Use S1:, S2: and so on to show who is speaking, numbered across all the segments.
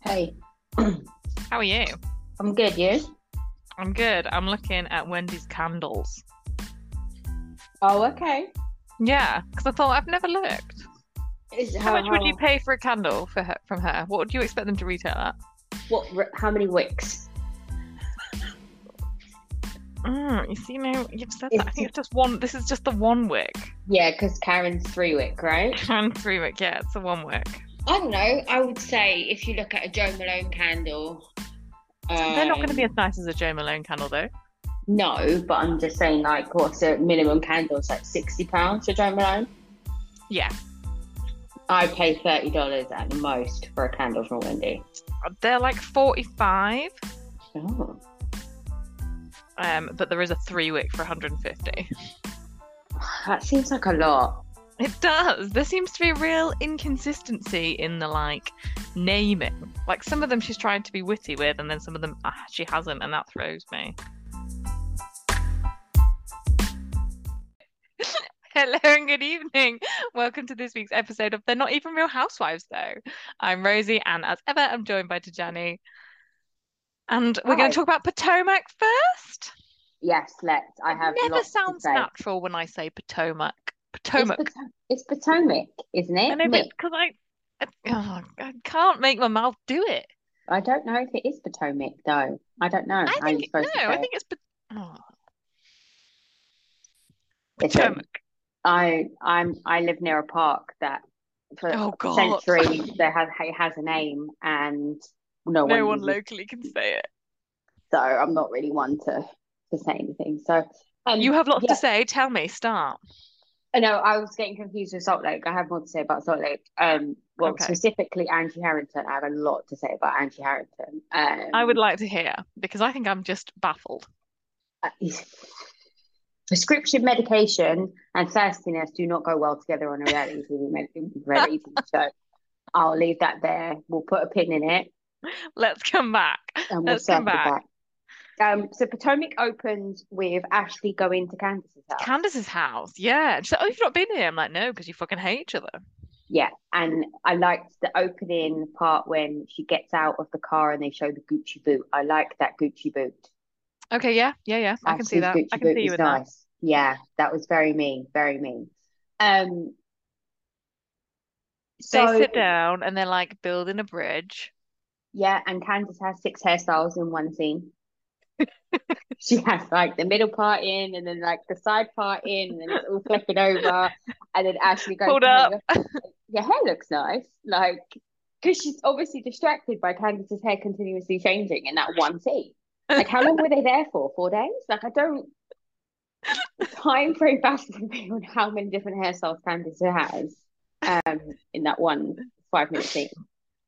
S1: Hey,
S2: How are you?
S1: I'm good, you?
S2: I'm good. I'm looking at Wendy's candles.
S1: Oh, okay.
S2: Yeah, because I thought I've never looked.
S1: Is,
S2: How much would you pay for a candle for her, from her? What would you expect them to retail at?
S1: What, r- how many wicks?
S2: Mm, you see, no, you've said
S1: It's
S2: that. I think it's just one. This is just the one wick.
S1: Yeah, because Karen's three wick, right?
S2: And three wick. Yeah, it's the one wick.
S1: I don't know. I would say if you look at a Joe Malone candle.
S2: They're not going to
S1: um,
S2: be as nice as a Joe Malone candle, though.
S1: No, but I'm just saying, like, what's a minimum candle? It's like £60 for Joe Malone.
S2: Yeah,
S1: I pay $30 at the most for a candle from Wendy.
S2: they're like forty-five.
S1: Oh.
S2: Um, but there is a three wick for 150.
S1: That seems like a lot.
S2: It does. There seems to be a real inconsistency in the like naming. Like some of them she's tried to be witty with, and then some of them ah, she hasn't, and that throws me. Hello and good evening. Welcome to this week's episode of They're Not Even Real Housewives, though. I'm Rosie, and as ever, I'm joined by Tajani. And we're
S1: Hi.
S2: going to talk about Potomac first.
S1: Yes, let's. I have
S2: Never
S1: lots to
S2: sounds
S1: say.
S2: natural when I say Potomac.
S1: It's,
S2: Potomac.
S1: Pot- it's Potomac, isn't it?
S2: I know,
S1: Nick?
S2: but because I, I, oh, I can't make my mouth do it.
S1: I don't know if it is Potomac though. I don't know.
S2: I
S1: Are you
S2: think no.
S1: supposed to
S2: I
S1: say?
S2: think it's Pot- oh,
S1: Listen,
S2: Potomac.
S1: I I'm I live near a park that for
S2: Oh God!
S1: centuries there has it has a name and no one
S2: no one
S1: uses it,
S2: locally can say it.
S1: so I'm not really one to to say anything. So um
S2: You have lots
S1: yeah.
S2: to say. Tell me. Start.
S1: no, I was getting confused with Salt Lake. I have more to say about Salt Lake. Um well
S2: Okay.
S1: specifically Angie Harrington. I have a lot to say about Angie Harrington. Um
S2: I would like to hear because I think I'm just baffled.
S1: Uh, prescription medication and thirstiness do not go well together on a reality TV, med- reality TV show. I'll leave that there. We'll put a pin in it
S2: Let's come back.
S1: and we'll
S2: Let's come
S1: circle back.
S2: back.
S1: Um, so Potomac opens with Ashley going to Candace's house.
S2: Candace's house. Yeah. She's like, oh, you've not been here. I'm like, no, because you fucking hate each other.
S1: yeah, and I liked the opening part when she gets out of the car and they show the Gucci boot. I like that Gucci boot.
S2: Okay. Yeah. Yeah. Yeah. I can see that.
S1: Ashley's Gucci
S2: I can
S1: boot
S2: see
S1: was
S2: you in that.
S1: nice. Yeah, that was very me, very me. Um,
S2: They
S1: so
S2: sit down and they're like building a bridge.
S1: Yeah, and Candace has six hairstyles in one scene. She has like the middle part in, and then like the side part in, and then it's all flipping over. And then Ashley goes,
S2: Hold
S1: "Hey,
S2: up.
S1: your- Your hair looks nice. Like, because she's obviously distracted by Candace's hair continuously changing in that one scene. Like, how long were they there for? Four days? Like, I don't. The time frame baffles me on how many different hairstyles Candace has um, in that one five minute scene.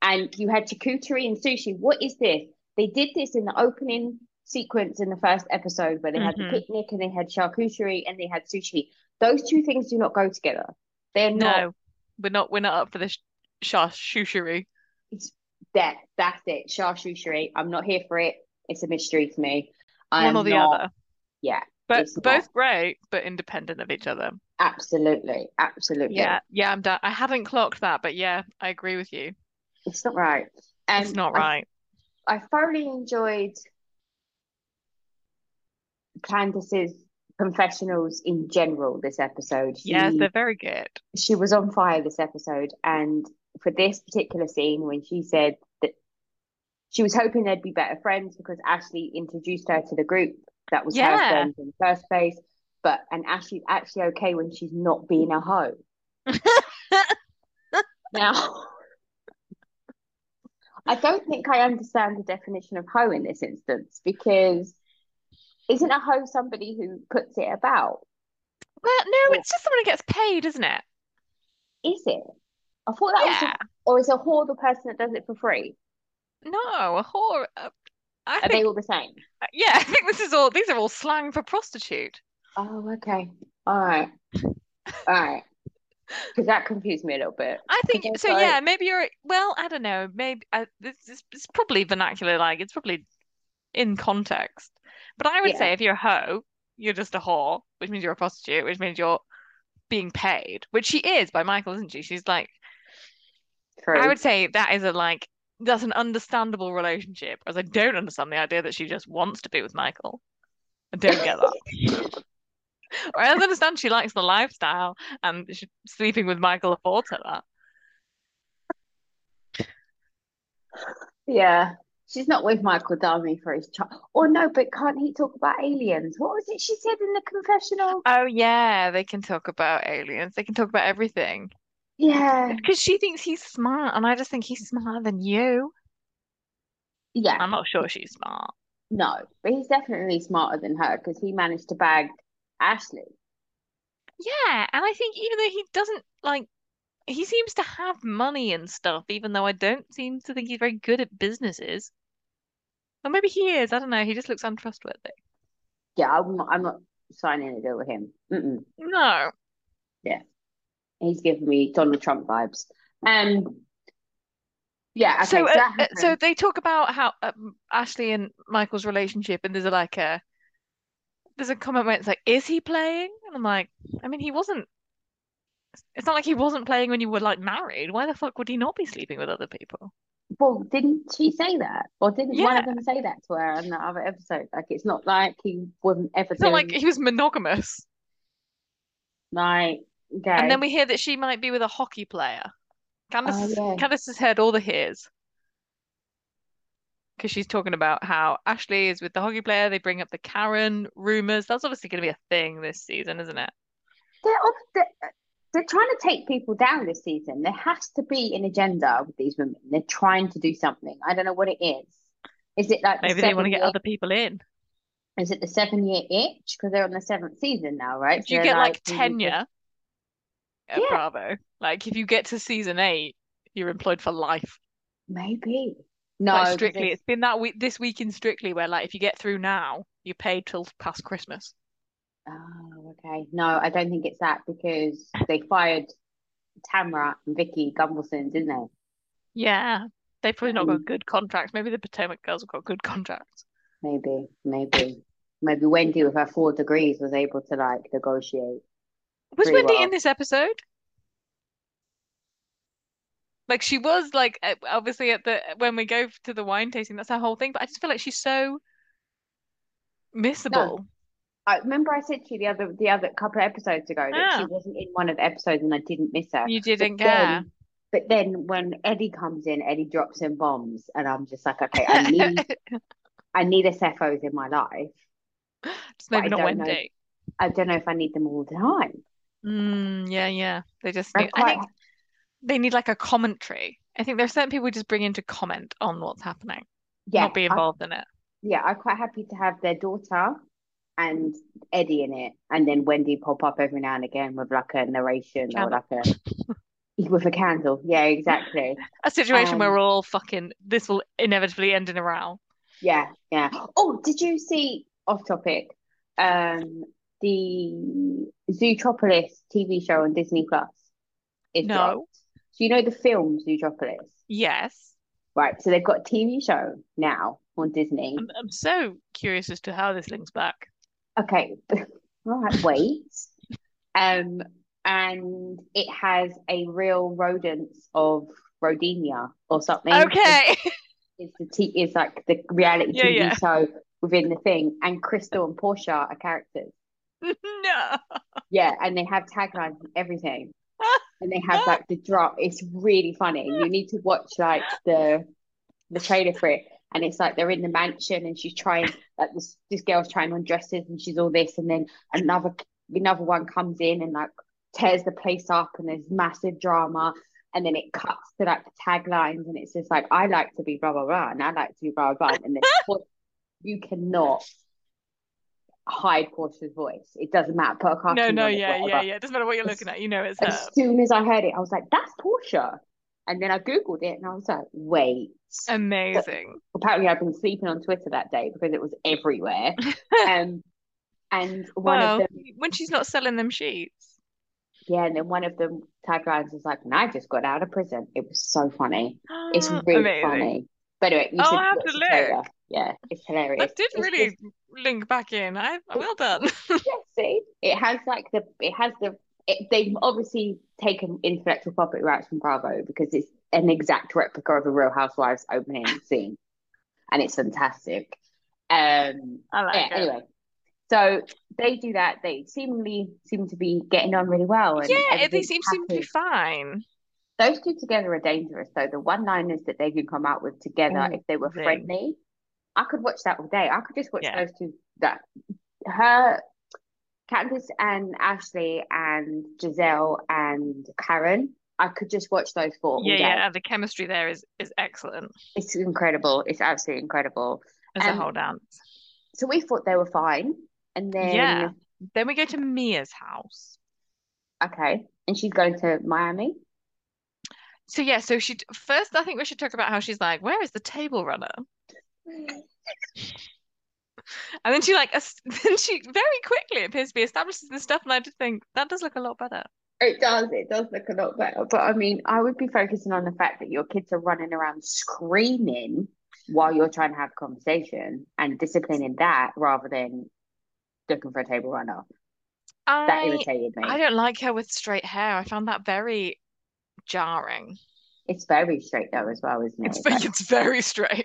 S1: And you had charcuterie and sushi. What is this? They did this in the opening sequence in the first episode where they had the
S2: Mhm.
S1: picnic and they had charcuterie and they had sushi. Those two things do not go together. They're not
S2: No, we're not. We're not up for this shushery.
S1: there. That's it. Charcuterie. I'm not here for it. It's a mystery to me. I
S2: One
S1: am
S2: or the
S1: not-
S2: other.
S1: Yeah,
S2: But
S1: it's not.
S2: both great, but independent of each other.
S1: absolutely, absolutely.
S2: Yeah, yeah, I'm done. I haven't clocked that, but yeah, I agree with you.
S1: It's not right. And
S2: It's not
S1: I
S2: right.
S1: I thoroughly enjoyed Candace's confessionals in general this episode. She,
S2: Yes, they're very good.
S1: she was on fire this episode. And for this particular scene, when she said that she was hoping they'd be better friends because Ashley introduced her to the group that was her
S2: Yeah.
S1: friends in the first place. But and Ashley's actually okay when she's not being a hoe. now, I don't think I understand the definition of hoe in this instance because isn't a hoe somebody who puts it about?
S2: Well, no,
S1: Yeah.
S2: it's just someone who gets paid, isn't it?
S1: Is it? I thought that was,
S2: Yeah.
S1: just, or is a whore the person that does it for free?
S2: No, a whore. uh, I
S1: Are they
S2: think,
S1: all the same?
S2: yeah, I think this is all. These are all slang for prostitute.
S1: Oh, okay. All right. All right. Because that confused me a little bit.
S2: I think
S1: Okay,
S2: so.
S1: so-
S2: Yeah, maybe you're. Well, I don't know. Maybe I, this is it's probably vernacular. Like it's probably in context. But I would
S1: Yeah.
S2: say if you're a hoe, you're just a whore, which means you're a prostitute, which means you're being paid, which she is by Michael, isn't she? She's like,
S1: True.
S2: I would say that is a like that's an understandable relationship, as I don't understand the idea that she just wants to be with Michael. I don't get that. Or I understand she likes the lifestyle and she, sleeping with Michael affords her that.
S1: Yeah. She's not with Michael Darmy for his child. Or no, but can't he talk about aliens? What was it she said in the confessional?
S2: Oh yeah, they can talk about aliens. They can talk about everything.
S1: Yeah.
S2: Because she thinks he's smart, and I just think he's smarter than you.
S1: Yeah.
S2: I'm not sure she's smart.
S1: No. But he's definitely smarter than her because he managed to bag Ashley.
S2: Yeah, and I think even though he doesn't like, he seems to have money and stuff, even though I don't seem to think he's very good at businesses. Or maybe he is. I don't know. He just looks untrustworthy.
S1: Yeah, I'm not, I'm not signing a deal with him. Mm-mm.
S2: No.
S1: He's giving me Donald Trump vibes. Um, yeah, okay,
S2: So,
S1: so,
S2: uh,
S1: that
S2: uh, so
S1: happened.
S2: they talk about how um, Ashley and Michael's relationship, and there's a, like a there's a comment where it's like, "Is he playing?" And I'm like, I mean, he wasn't. It's not like he wasn't playing when you were like married. Why the fuck would he not be sleeping with other people?
S1: Well, didn't she say that? Or didn't one
S2: Yeah,
S1: of them say that to her in the other episode? Like, it's not like he wasn't ever
S2: it's not like
S1: doing,
S2: he was monogamous.
S1: like,
S2: And then
S1: okay.
S2: we hear that she might be with a hockey player. Candace
S1: Oh,
S2: is,
S1: yeah.
S2: Candace has heard all the hears because she's talking about how Ashley is with the hockey player. They bring up the Karen rumors. That's obviously going to be a thing this season, isn't it?
S1: They're, off, they're, they're trying to take people down this season. There has to be an agenda with these women. They're trying to do something. I don't know what it is. Is it like the
S2: Maybe they want to
S1: seven
S2: get
S1: year?
S2: other people in.
S1: Is it the seven year itch? Because they're on the seventh season now, right?
S2: If
S1: So
S2: you
S1: they're
S2: get
S1: like,
S2: like
S1: we need to.
S2: tenure at
S1: Yeah,
S2: Bravo, like if you get to season eight, you're employed for life.
S1: maybe.
S2: Like
S1: No, because
S2: Strictly,
S1: it's
S2: it's been that week this week in Strictly where like if you get through now, you're paid till past Christmas.
S1: Oh, okay. No, I don't think it's that because they fired Tamara and Vicky Gumbelson, didn't they?
S2: Yeah, they've probably not got
S1: Um,
S2: good contracts. Maybe the Potomac girls have got good contracts.
S1: maybe, maybe, maybe Wendy with her four degrees was able to like negotiate
S2: Was
S1: pretty
S2: Wendy in
S1: well.
S2: this episode? Like she was like uh, obviously at the when we go to the wine tasting, that's her whole thing. But I just feel like she's so
S1: No,
S2: missable.
S1: I remember I said to you the other the other couple of episodes ago that she
S2: Ah,
S1: wasn't in one of the episodes and I didn't miss her.
S2: you
S1: But
S2: didn't care.
S1: then, but then when Eddie comes in, Eddie drops in bombs, and I'm just like, okay, I need I need a Cephos in my life,
S2: Just
S1: but
S2: maybe
S1: I
S2: not
S1: don't know
S2: Wendy.
S1: I don't know if I need them all the time.
S2: Mm, yeah, yeah. They just
S1: I'm
S2: need. I
S1: quite.
S2: think they need like a commentary. I think there are certain people who just bring in to comment on what's happening,
S1: Yeah,
S2: not be
S1: I
S2: involved in it.
S1: yeah, I'm quite happy to have their daughter and Eddie in it, and then Wendy pop up every now and again with like a narration or
S2: Candle.
S1: like a with a candle. Yeah, exactly.
S2: A situation where
S1: Um,
S2: we're all fucking. This will inevitably end in a row.
S1: yeah, yeah. Oh, did you see off topic? Um, the Zootropolis TV show on Disney Plus is dropped.
S2: No.
S1: So you know the film Zootropolis,
S2: Yes.
S1: right? So they've got a TV show now on Disney.
S2: I'm, I'm so curious as to how this links back.
S1: Okay, all right, wait. Um, and it has a real rodents of Rodinia or something. Is
S2: Okay.
S1: is the t is like the reality
S2: Yeah,
S1: TV
S2: yeah.
S1: show within the thing, and Crystal and Portia are characters.
S2: No.
S1: Yeah, and they have taglines and everything, and they have like the drop. It's really funny. You need to watch like the the trailer for it. And it's like they're in the mansion, and she's trying like this this girl's trying on dresses, and she's all this, and then another another one comes in and like tears the place up, and there's massive drama, and then it cuts to like the taglines, and it's just like I like to be blah blah blah, and I like to be blah blah blah, and then what you cannot hide Portia's voice. It doesn't matter. Put a
S2: No,
S1: cartoon
S2: no,
S1: on it,
S2: yeah, yeah,
S1: whatever.
S2: yeah. Doesn't matter what you're looking
S1: As
S2: at, you know it's
S1: as
S2: her.
S1: soon as I heard it, I was like, that's Portia. And then I Googled it and I was like, wait.
S2: Um,
S1: But
S2: Amazing.
S1: apparently I've been sleeping on Twitter that day because it was everywhere. Um, and one
S2: Well,
S1: of them,
S2: when she's not selling them sheets.
S1: yeah, and then one of them taglines was like, and I just got out of prison. It was so funny. It's really
S2: Ah, Amazing.
S1: funny. But anyway, you
S2: Oh,
S1: should
S2: I have
S1: watch
S2: to
S1: the
S2: look.
S1: trailer. Yeah, it's
S2: That
S1: hilarious.
S2: did
S1: It's just
S2: really link back in. I well done.
S1: Yeah, see, it has like the it has the it, they've obviously taken intellectual property rights from Bravo because it's an exact replica of a Real Housewives opening scene, and it's fantastic. Um,
S2: I like
S1: yeah,
S2: it.
S1: anyway, so they do that. They seemingly seem to be getting on really well. And
S2: yeah, they
S1: everything's
S2: seem seem to be
S1: happy.
S2: fine.
S1: Those two together are dangerous, though. The one-liners that they could come out with together,
S2: Ooh,
S1: if they were
S2: them.
S1: friendly, I could watch that all day. I could just watch
S2: Yeah.
S1: those two. That her, Candace and Ashley and Giselle and Karen. I could just watch those four all
S2: Yeah,
S1: day.
S2: yeah. The chemistry there is is excellent
S1: It's incredible. It's absolutely incredible.
S2: as
S1: Um,
S2: a whole dance.
S1: So we thought they were fine, and then
S2: Yeah. Then we go to Mia's house.
S1: okay, and she's going to Miami.
S2: So yeah, so she first I think we should talk about how she's like, where is the table runner? And then she like es- then she very quickly it appears to be establishes this stuff, and I just think that does look a lot better.
S1: It does. It does look a lot better. But I mean, I would be focusing on the fact that your kids are running around screaming while you're trying to have a conversation and disciplining that rather than looking for a table runner. That
S2: I
S1: irritated me.
S2: I don't like her with straight hair. I found that very jarring.
S1: It's very straight though, as well, isn't it?
S2: It's
S1: It's
S2: very,
S1: like
S2: it's very straight.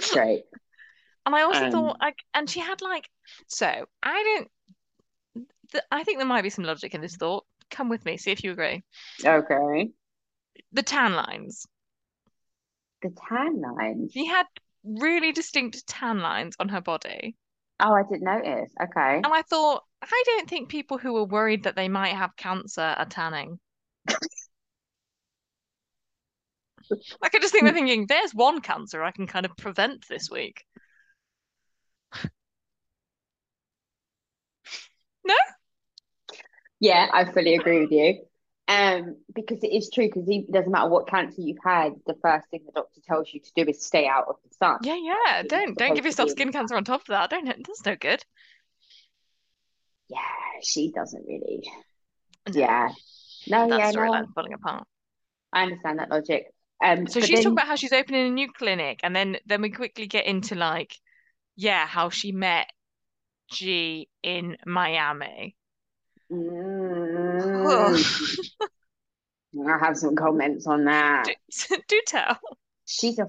S1: straight.
S2: And I also
S1: Um,
S2: thought, like, and she had like, so I don't. Th I think there might be some logic in this thought. Come with me, see if you agree.
S1: Okay.
S2: The tan lines.
S1: The tan lines.
S2: She had really distinct tan lines on her body,
S1: Oh, I didn't notice. Okay.
S2: and I thought, I don't think people who are worried that they might have cancer are tanning. Like, I just think they're thinking, there's one cancer I can kind of prevent this week.
S1: Yeah, I fully agree with you. Um, because it is true, because it doesn't matter what cancer you've had, the first thing the doctor tells you to do is stay out of the sun.
S2: Yeah, yeah.
S1: It's
S2: Don't don't give
S1: supposed to
S2: yourself
S1: be
S2: skin cancer on top of that. Don't. That's no good.
S1: Yeah, she doesn't really.
S2: No.
S1: Yeah. No,
S2: That
S1: yeah, no.
S2: storyline's falling apart.
S1: I understand that logic. Um,
S2: So
S1: but
S2: she's
S1: then,
S2: talking about how she's opening a new clinic, and then then we quickly get into like, yeah, how she met G in Miami.
S1: Mm, I have some comments on that.
S2: Do, do tell.
S1: She's a.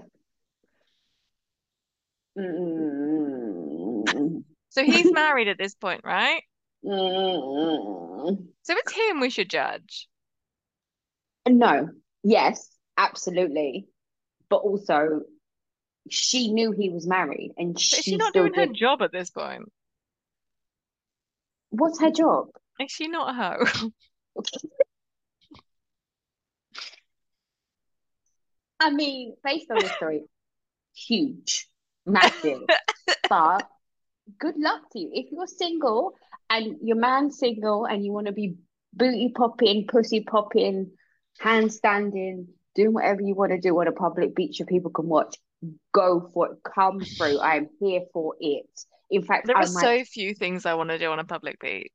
S1: Mm,
S2: So he's married at this point, right?
S1: mm.
S2: So it's him we should judge.
S1: No, yes, absolutely. But also, she knew he was married and
S2: But is
S1: she
S2: she not
S1: still
S2: doing her
S1: did.
S2: job at this point?
S1: What's her job?
S2: Is she not a hoe?
S1: I mean, based on this story, huge, massive. But good luck to you. If you're single and your man's single and you want to be booty popping, pussy popping, handstanding, doing whatever you want to do on a public beach that people can watch, go for it. Come through. I am here for it. In fact,
S2: There
S1: I
S2: are
S1: might,
S2: so few things I want to do on a public beach.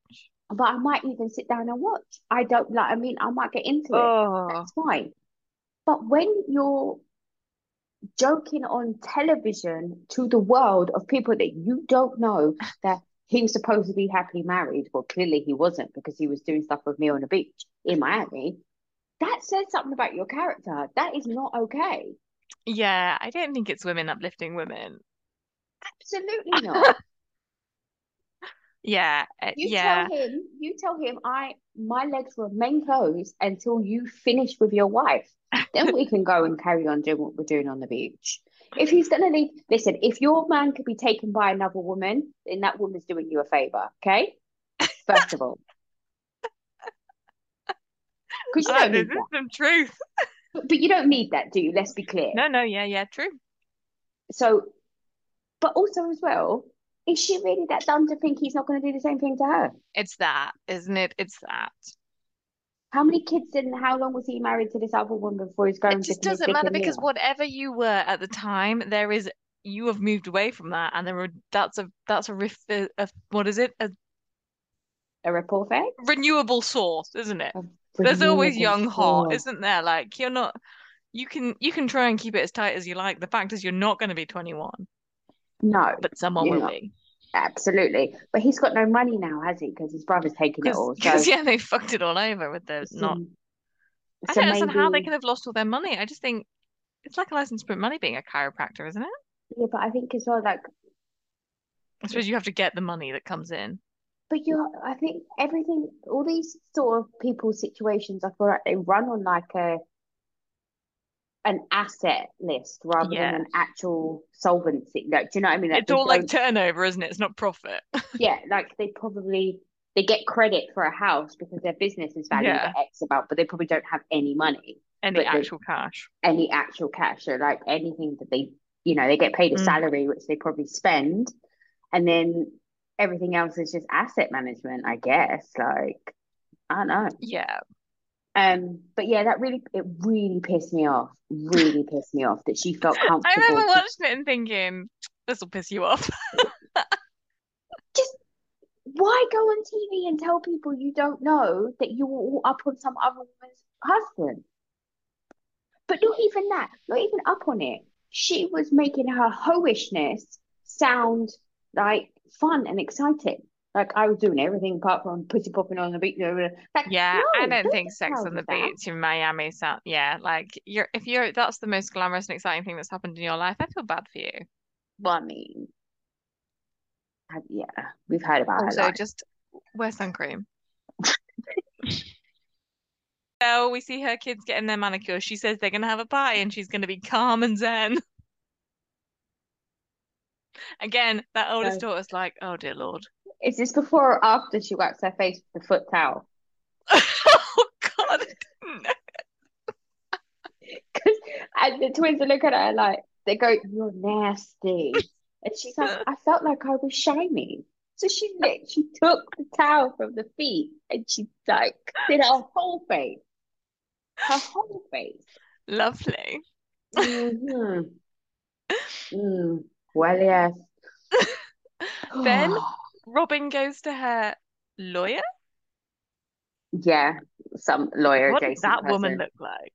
S1: but I might even sit down and watch. I don't like. I mean, I might get into it.
S2: Oh,
S1: That's fine. But when you're joking on television to the world of people that you don't know that he was supposed to be happily married, well, clearly he wasn't because he was doing stuff with me on the beach in Miami. That says something about your character. That is not okay.
S2: yeah. I don't think it's women uplifting women.
S1: Absolutely not.
S2: Yeah, uh,
S1: You
S2: yeah.
S1: tell him, you tell him I my legs remain closed until you finish with your wife. Then we can go and carry on doing what we're doing on the beach. If he's gonna leave, listen, if your man could be taken by another woman, then that woman's doing you a favor, okay? First of all. Because you
S2: Ah,
S1: don't
S2: this is
S1: need that.
S2: some truth.
S1: But- But you don't need that, do you? Let's be clear.
S2: No, no, yeah, yeah, true.
S1: So, but also as well, is she really that dumb to think he's not gonna do the same thing to her?
S2: It's that, isn't it? It's that.
S1: How many kids and how long was he married to this other woman before he's going
S2: It just
S1: to his
S2: doesn't
S1: dick
S2: matter
S1: in
S2: because
S1: Mia?
S2: whatever you were at the time, there is you have moved away from that, and there are that's a that's a, ref, a, a what is it? A
S1: a report fair?
S2: renewable source, isn't it? There's always young heart,
S1: Renewable
S2: isn't there? Like you're not you can you can try and keep it as tight as you like. The fact is you're not going to be 21,
S1: source. No,
S2: but someone
S1: You're
S2: will
S1: not.
S2: be.
S1: absolutely. But he's got no money now, has he? Because his brother's taking it all. So
S2: Because yeah, they fucked it all over with the
S1: it's,
S2: not
S1: um,
S2: I
S1: So
S2: don't understand how they
S1: maybe-
S2: can have lost all their money. I just think it's like a license to print money being a chiropractor, isn't it?
S1: Yeah, but I think as well, like,
S2: I suppose you have to get the money that comes in.
S1: but you, I think everything, all these sort of people's situations, I feel like they run on like a an asset list rather than an actual solvency. Like, do you know what I mean?
S2: It's
S1: they
S2: all like
S1: don't-
S2: turnover, isn't it? It's not profit.
S1: yeah, like they probably they get credit for a house because their business is valued
S2: Yeah.
S1: at X amount, but they probably don't have any money,
S2: Any
S1: But they-
S2: actual cash.
S1: any actual cash. So like anything that they, you know, they get paid a
S2: Mm.
S1: salary, which they probably spend, and then everything else is just asset management, I guess. Like, I don't know.
S2: Yeah.
S1: Um, but yeah, that really it really pissed me off. Really pissed me off that she felt
S2: I
S1: comfortable.
S2: remember
S1: to-
S2: watching it and thinking, this will piss you off.
S1: Why go on TV and tell people you don't know that you were all up on some other woman's husband? But not even that, not even up on it. She was making her hoishness sound like fun and exciting. Like I was doing everything apart from pussy popping on the beach. blah, blah, blah. Like,
S2: Yeah, I
S1: no,
S2: don't think Sex
S1: proud
S2: on the
S1: of that.
S2: Beach in Miami sound yeah, like you're if you're that's the most glamorous and exciting thing that's happened in your life, I feel bad for you.
S1: well, I mean, I- yeah, we've heard about her.
S2: Also
S1: life.
S2: just wear sun cream. Well, we see her kids getting their manicure. She says they're gonna have a pie and she's gonna be calm and zen. Again, that oldest daughter's like, oh dear lord.
S1: Is this before or after she wipes her face with the foot towel?
S2: Oh God, I didn't know.
S1: Because and the twins are looking at her like they go, "You're nasty," and she's like, "I felt like I was shiny." So she literally took the towel from the feet and she like did her whole face, her whole face.
S2: Lovely.
S1: Mhm. Mm. Well, yes.
S2: Then- Robin goes to her lawyer.
S1: yeah, some lawyer
S2: What does
S1: adjacent
S2: that woman
S1: person.
S2: look like?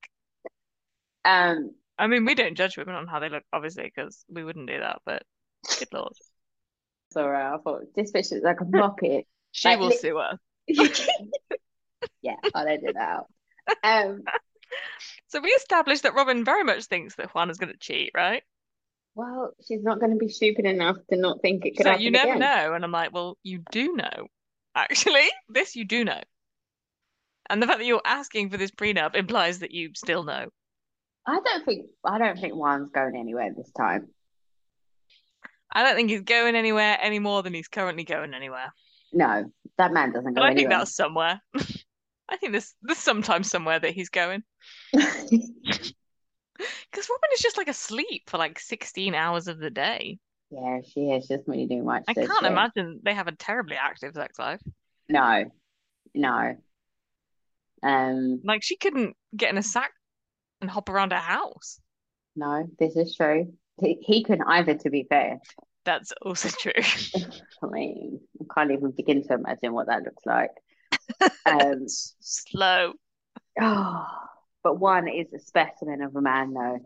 S1: Um,
S2: I mean, we don't judge women on how they look, obviously, because we wouldn't do that, but good lord.
S1: sorry, I thought this bitch is like a muppet.
S2: She
S1: Like,
S2: will
S1: lit-
S2: sue us.
S1: yeah, I'll edit that out. Um,
S2: So we established that Robin very much thinks that Juana's going to cheat, right?
S1: Well, she's not going to be stupid enough to not think it
S2: She's
S1: could
S2: like,
S1: happen
S2: you never
S1: again.
S2: know. And I'm like, well, you do know. Actually, this you do know. And the fact that you're asking for this prenup implies that you still know.
S1: I don't think I don't think Juan's going anywhere this time.
S2: I don't think he's going anywhere any more than he's currently going anywhere.
S1: No, that man doesn't go
S2: But I think
S1: anywhere.
S2: that's somewhere. I think there's there's sometimes somewhere that he's going. Because Robin is just like asleep for like 16 hours of the day.
S1: yeah, she is. She doesn't really do much.
S2: I
S1: does
S2: can't
S1: she?
S2: imagine they have a terribly active sex life.
S1: No, no. Um,
S2: Like she couldn't get in a sack and hop around her house.
S1: no, this is true. He, he couldn't either, to be fair.
S2: That's also true.
S1: I mean, I can't even begin to imagine what that looks like. Um,
S2: Slow.
S1: oh, but Juan is a specimen of a man, though.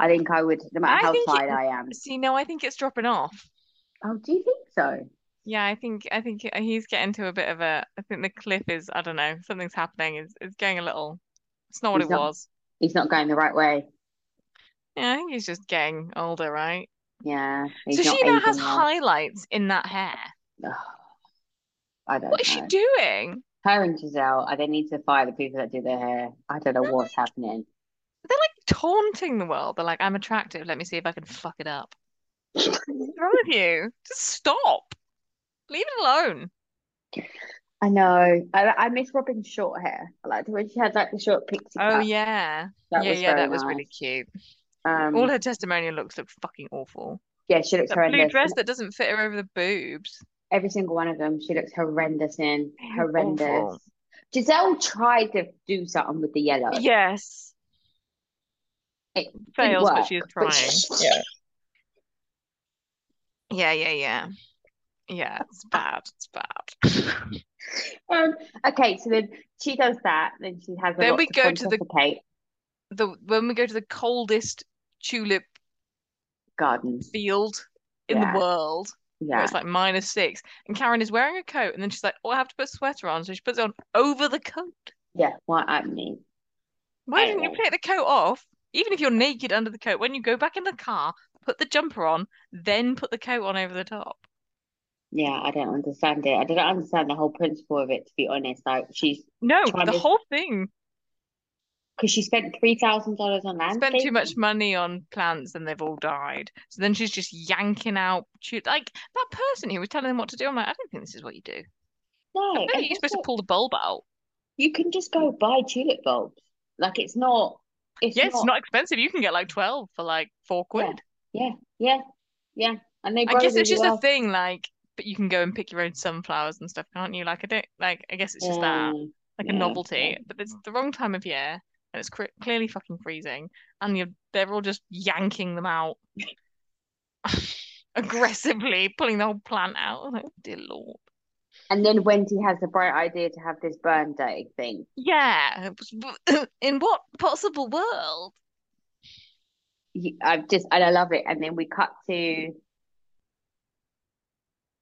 S1: I think I would, no matter
S2: I
S1: how
S2: think it-
S1: tired I am.
S2: See, no, I think it's dropping off.
S1: Oh, do you think so?
S2: Yeah, I think I think he's getting to a bit of a. I think the cliff is. I don't know. Something's happening. It's, it's going a little. It's not what
S1: He's
S2: it
S1: not-
S2: was.
S1: He's not going the right way.
S2: Yeah, I think he's just getting older, right?
S1: Yeah, he's
S2: So
S1: not
S2: she now has
S1: aging well.
S2: highlights in that hair.
S1: Ugh, I don't
S2: What is she
S1: know.
S2: doing?
S1: Her and Giselle, I they need to fire the people that do their hair. I don't know what's happening.
S2: They're like taunting the world. They're like, I'm attractive. Let me see if I can fuck it up. What's wrong with you? Just stop. Leave it alone.
S1: I know. I, I miss Robin's short hair. I liked when she had like the short pixie
S2: Oh
S1: cut.
S2: yeah.
S1: That
S2: yeah,
S1: was
S2: yeah,
S1: very
S2: that was really
S1: nice.
S2: cute.
S1: Um,
S2: All her testimonial looks look fucking awful.
S1: yeah, she looks
S2: That blue
S1: horrendous.
S2: dress that doesn't fit her over the boobs.
S1: Every single one of them, she looks horrendous in.
S2: They're
S1: Horrendous.
S2: awful.
S1: Giselle tried to do something with the yellow.
S2: Yes.
S1: It
S2: fails, but
S1: work,
S2: she is
S1: but
S2: trying.
S1: she-
S2: Yeah. Yeah, yeah, yeah. Yeah, it's bad. It's bad.
S1: Um, okay, so then she does that, then she has a
S2: Then
S1: lot
S2: we
S1: to
S2: go to the-
S1: pontificate.
S2: The when we go to the coldest tulip
S1: garden.
S2: field in
S1: Yeah.
S2: the world, where
S1: Yeah.
S2: it's like minus six, and Karen is wearing a coat, and then she's like, "Oh, I have to put a sweater on," so she puts it on over the coat.
S1: Yeah, what I mean.
S2: Why
S1: I
S2: didn't you
S1: know.
S2: take the coat off? Even if you're naked under the coat, when you go back in the car, put the jumper on, then put the coat on over the top.
S1: Yeah, I don't understand it. I don't understand the whole principle of it, to be honest. Like she's
S2: No,
S1: Trying
S2: the
S1: to-
S2: whole thing.
S1: because she spent three thousand dollars on
S2: Spent too
S1: landscaping.
S2: much money on plants and they've all died. So then she's just yanking out. She, like that person who was telling them what to do. I'm like, I don't think this is what you do.
S1: No,
S2: No,
S1: and
S2: you're supposed to
S1: also,
S2: pull the bulb out.
S1: you can just go buy tulip bulbs. Like it's not, it's
S2: Yeah, it's
S1: not.
S2: not expensive. You can get like 12 for like four
S1: Yeah,
S2: quid.
S1: yeah, yeah, yeah. And they
S2: I
S1: grow
S2: guess
S1: really
S2: it's just a
S1: well.
S2: thing, like, but you can go and pick your own sunflowers and stuff, can't you? Like, I don't, like, I guess it's just that,
S1: Um,
S2: like a
S1: yeah,
S2: novelty, but it's the wrong time of year and it's cre clearly fucking freezing and you're, they're all just yanking them out aggressively, pulling the whole plant out. I'm like, "Oh, dear Lord.
S1: And then Wendy has the bright idea to have this burn day thing.
S2: Yeah. it was- In what possible world?
S1: He- I've just, and I love it. And then we cut to,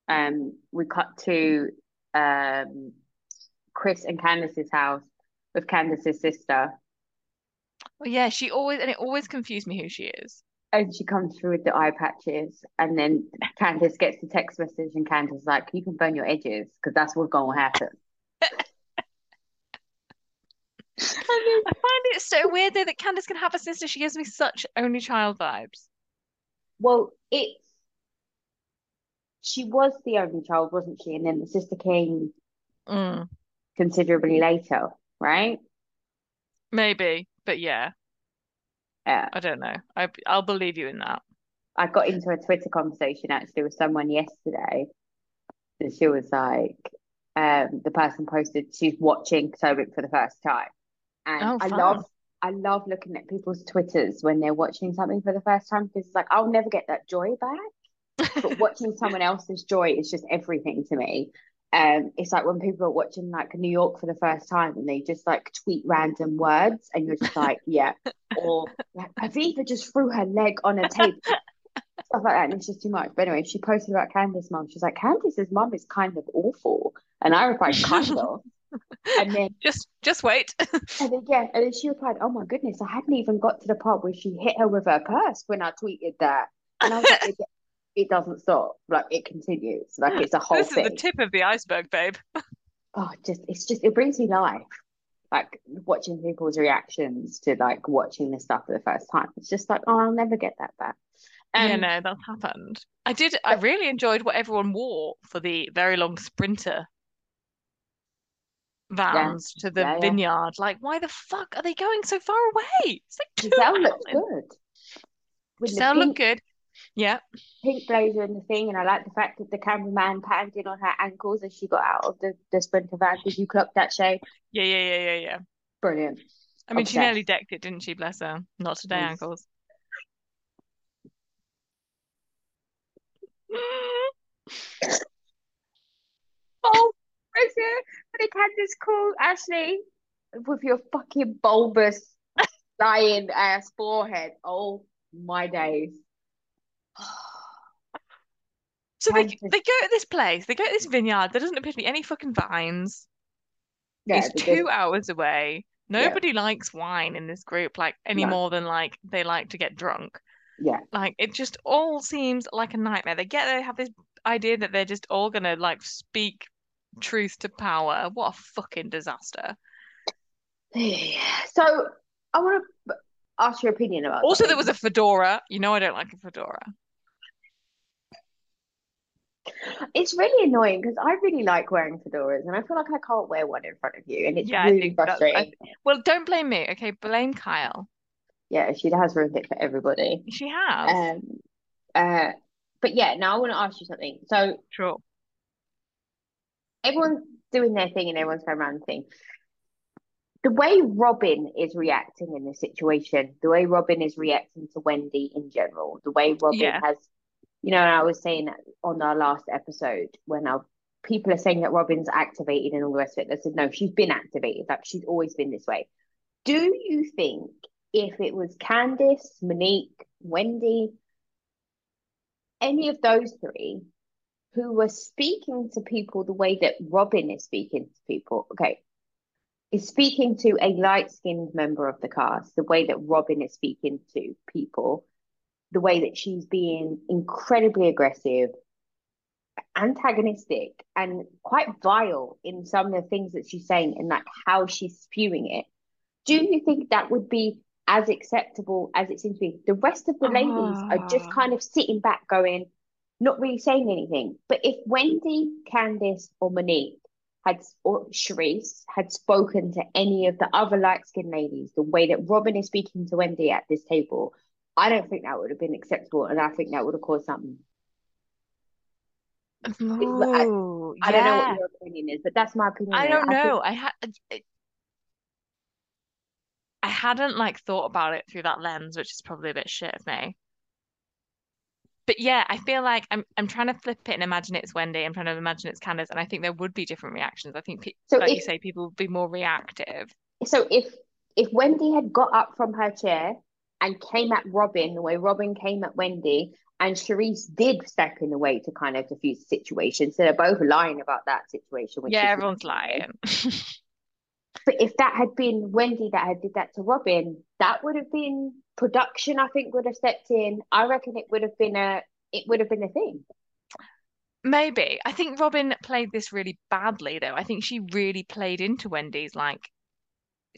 S1: um, we cut to, um, Chris and Candace's house with Candace's sister,
S2: Well, yeah, she always, and it always confused me who she is.
S1: and she comes through with the eye patches. And then Candace gets the text message, and Candace's like, "You can burn your edges because that's what's going to happen." And then
S2: I find it so weird though that Candace can have a sister. She gives me such only child vibes.
S1: Well, it's she was the only child, wasn't she? And then the sister came
S2: Mm,
S1: considerably later, right?
S2: maybe, but yeah,
S1: Uh,
S2: I don't know. I I'll believe you in that.
S1: I got into a Twitter conversation actually with someone yesterday, and she was like, um, the person posted she's watching Sobek for the first time, and
S2: Oh,
S1: I
S2: fun.
S1: love. I love looking at people's Twitters when they're watching something for the first time because it's like I'll never get that joy back. but watching someone else's joy is just everything to me. Um, it's like when people are watching like New York for the first time and they just like tweet random words and you're just like, yeah, or like Aviva just threw her leg on a table, stuff like that, and it's just too much. But anyway, she posted about Candace's mum. She's like, Candace's mum is kind of awful, and I replied, kind of, and then
S2: Just just wait.
S1: and then yeah, and then she replied, "Oh my goodness, I hadn't even got to the part where she hit her with her purse when I tweeted that." And I was like, "It, it doesn't stop. Like it continues. Like it's a whole
S2: This is the
S1: thing.
S2: tip of the iceberg, babe.
S1: Oh, just it's just it brings me life. Like watching people's reactions to like watching this stuff for the first time. It's just like, oh, I'll never get that back.
S2: yeah,
S1: Um,
S2: no, that's happened. I did. I really enjoyed what everyone wore for the very long sprinter vans to the
S1: yeah, yeah.
S2: vineyard. Like, why the fuck are they going so far away? It's like two
S1: Giselle
S2: hours.
S1: "Oh, looks good with the
S2: Giselle looked
S1: pink
S2: good. Yeah.
S1: pink blazer and the thing, and I like the fact that the cameraman panned in on her ankles as she got out of the the sprinter van. Did you clock that shape?
S2: Yeah, yeah, yeah, yeah, yeah.
S1: Brilliant.
S2: I mean, she nearly
S1: Obsessed.
S2: decked it, didn't she? Bless her. Not today,
S1: Yes.
S2: ankles.
S1: Oh, Rosa, but it had this call, Ashley, with your fucking bulbous, lying ass forehead. Oh my days.
S2: So they
S1: Time to-
S2: they go to this place. They go to this vineyard. There doesn't appear to be any fucking vines.
S1: Yeah,
S2: It's
S1: but
S2: two hours away.
S1: Yeah.
S2: Nobody likes wine in this group, like any
S1: No.
S2: more than like they like to get drunk.
S1: yeah,
S2: Like it just all seems like a nightmare. They get they have this idea that they're just all gonna like speak truth to power. What a fucking disaster.
S1: yeah. So I want to ask your opinion about
S2: Also, there
S1: something.
S2: was a fedora. You know I don't like a fedora.
S1: It's really annoying because I really like wearing fedoras, and I feel like I can't wear one in front of you, and it's
S2: Yeah, I
S1: really
S2: think that's I,
S1: frustrating.
S2: well, don't blame me, okay? Blame Kyle.
S1: Yeah, she has ruined it for everybody.
S2: She has.
S1: Um, uh, but yeah, now I want to ask you something. So.
S2: Sure.
S1: everyone's doing their thing and everyone's going around the thing. The way Robin is reacting in this situation, the way Robin is reacting to Wendy in general, the way Robin
S2: Yeah.
S1: has, you know, and I was saying on our last episode when our people are saying that Robin's activated and all the rest of it, I said, no, she's been activated. Like she's always been this way. Do you think if it was Candice, Monique, Wendy, any of those three who were speaking to people the way that Robin is speaking to people, okay, is speaking to a light-skinned member of the cast, the way that Robin is speaking to people, the way that she's being incredibly aggressive, antagonistic, and quite vile in some of the things that she's saying and like how she's spewing it. Do you think that would be as acceptable as it seems to be? The rest of the ladies are just
S2: Ah.
S1: kind of sitting back, going, not really saying anything. But if Wendy, Candice, or Monique had or Sharice had spoken to any of the other light skinned ladies the way that Robin is speaking to Wendy at this table, I don't think that would have been acceptable, and I think that would have caused something. I-
S2: Ooh,
S1: I don't know
S2: yeah.
S1: what your opinion is, but that's my opinion.
S2: I
S1: on it.
S2: don't
S1: think-
S2: know. I had I hadn't like thought about it through that lens, which is probably a bit shit of me. But yeah, I feel like I'm I'm trying to flip it and imagine it's Wendy. I'm trying to imagine it's Candace, and I think there would be different reactions. I think, pe
S1: so
S2: like you
S1: if
S2: say, people would be more reactive.
S1: so if if Wendy had got up from her chair and came at Robin the way Robin came at Wendy, and Sharice did step in the way to kind of diffuse the situation, so they're both lying about that situation, which
S2: Yeah,
S1: is
S2: everyone's lying.
S1: But if that had been Wendy that had did that to Robin, that would have been production, I think, would have stepped in. I reckon it would have been a it would have been a thing.
S2: Maybe. I think Robin played this really badly, though. I think she really played into Wendy's like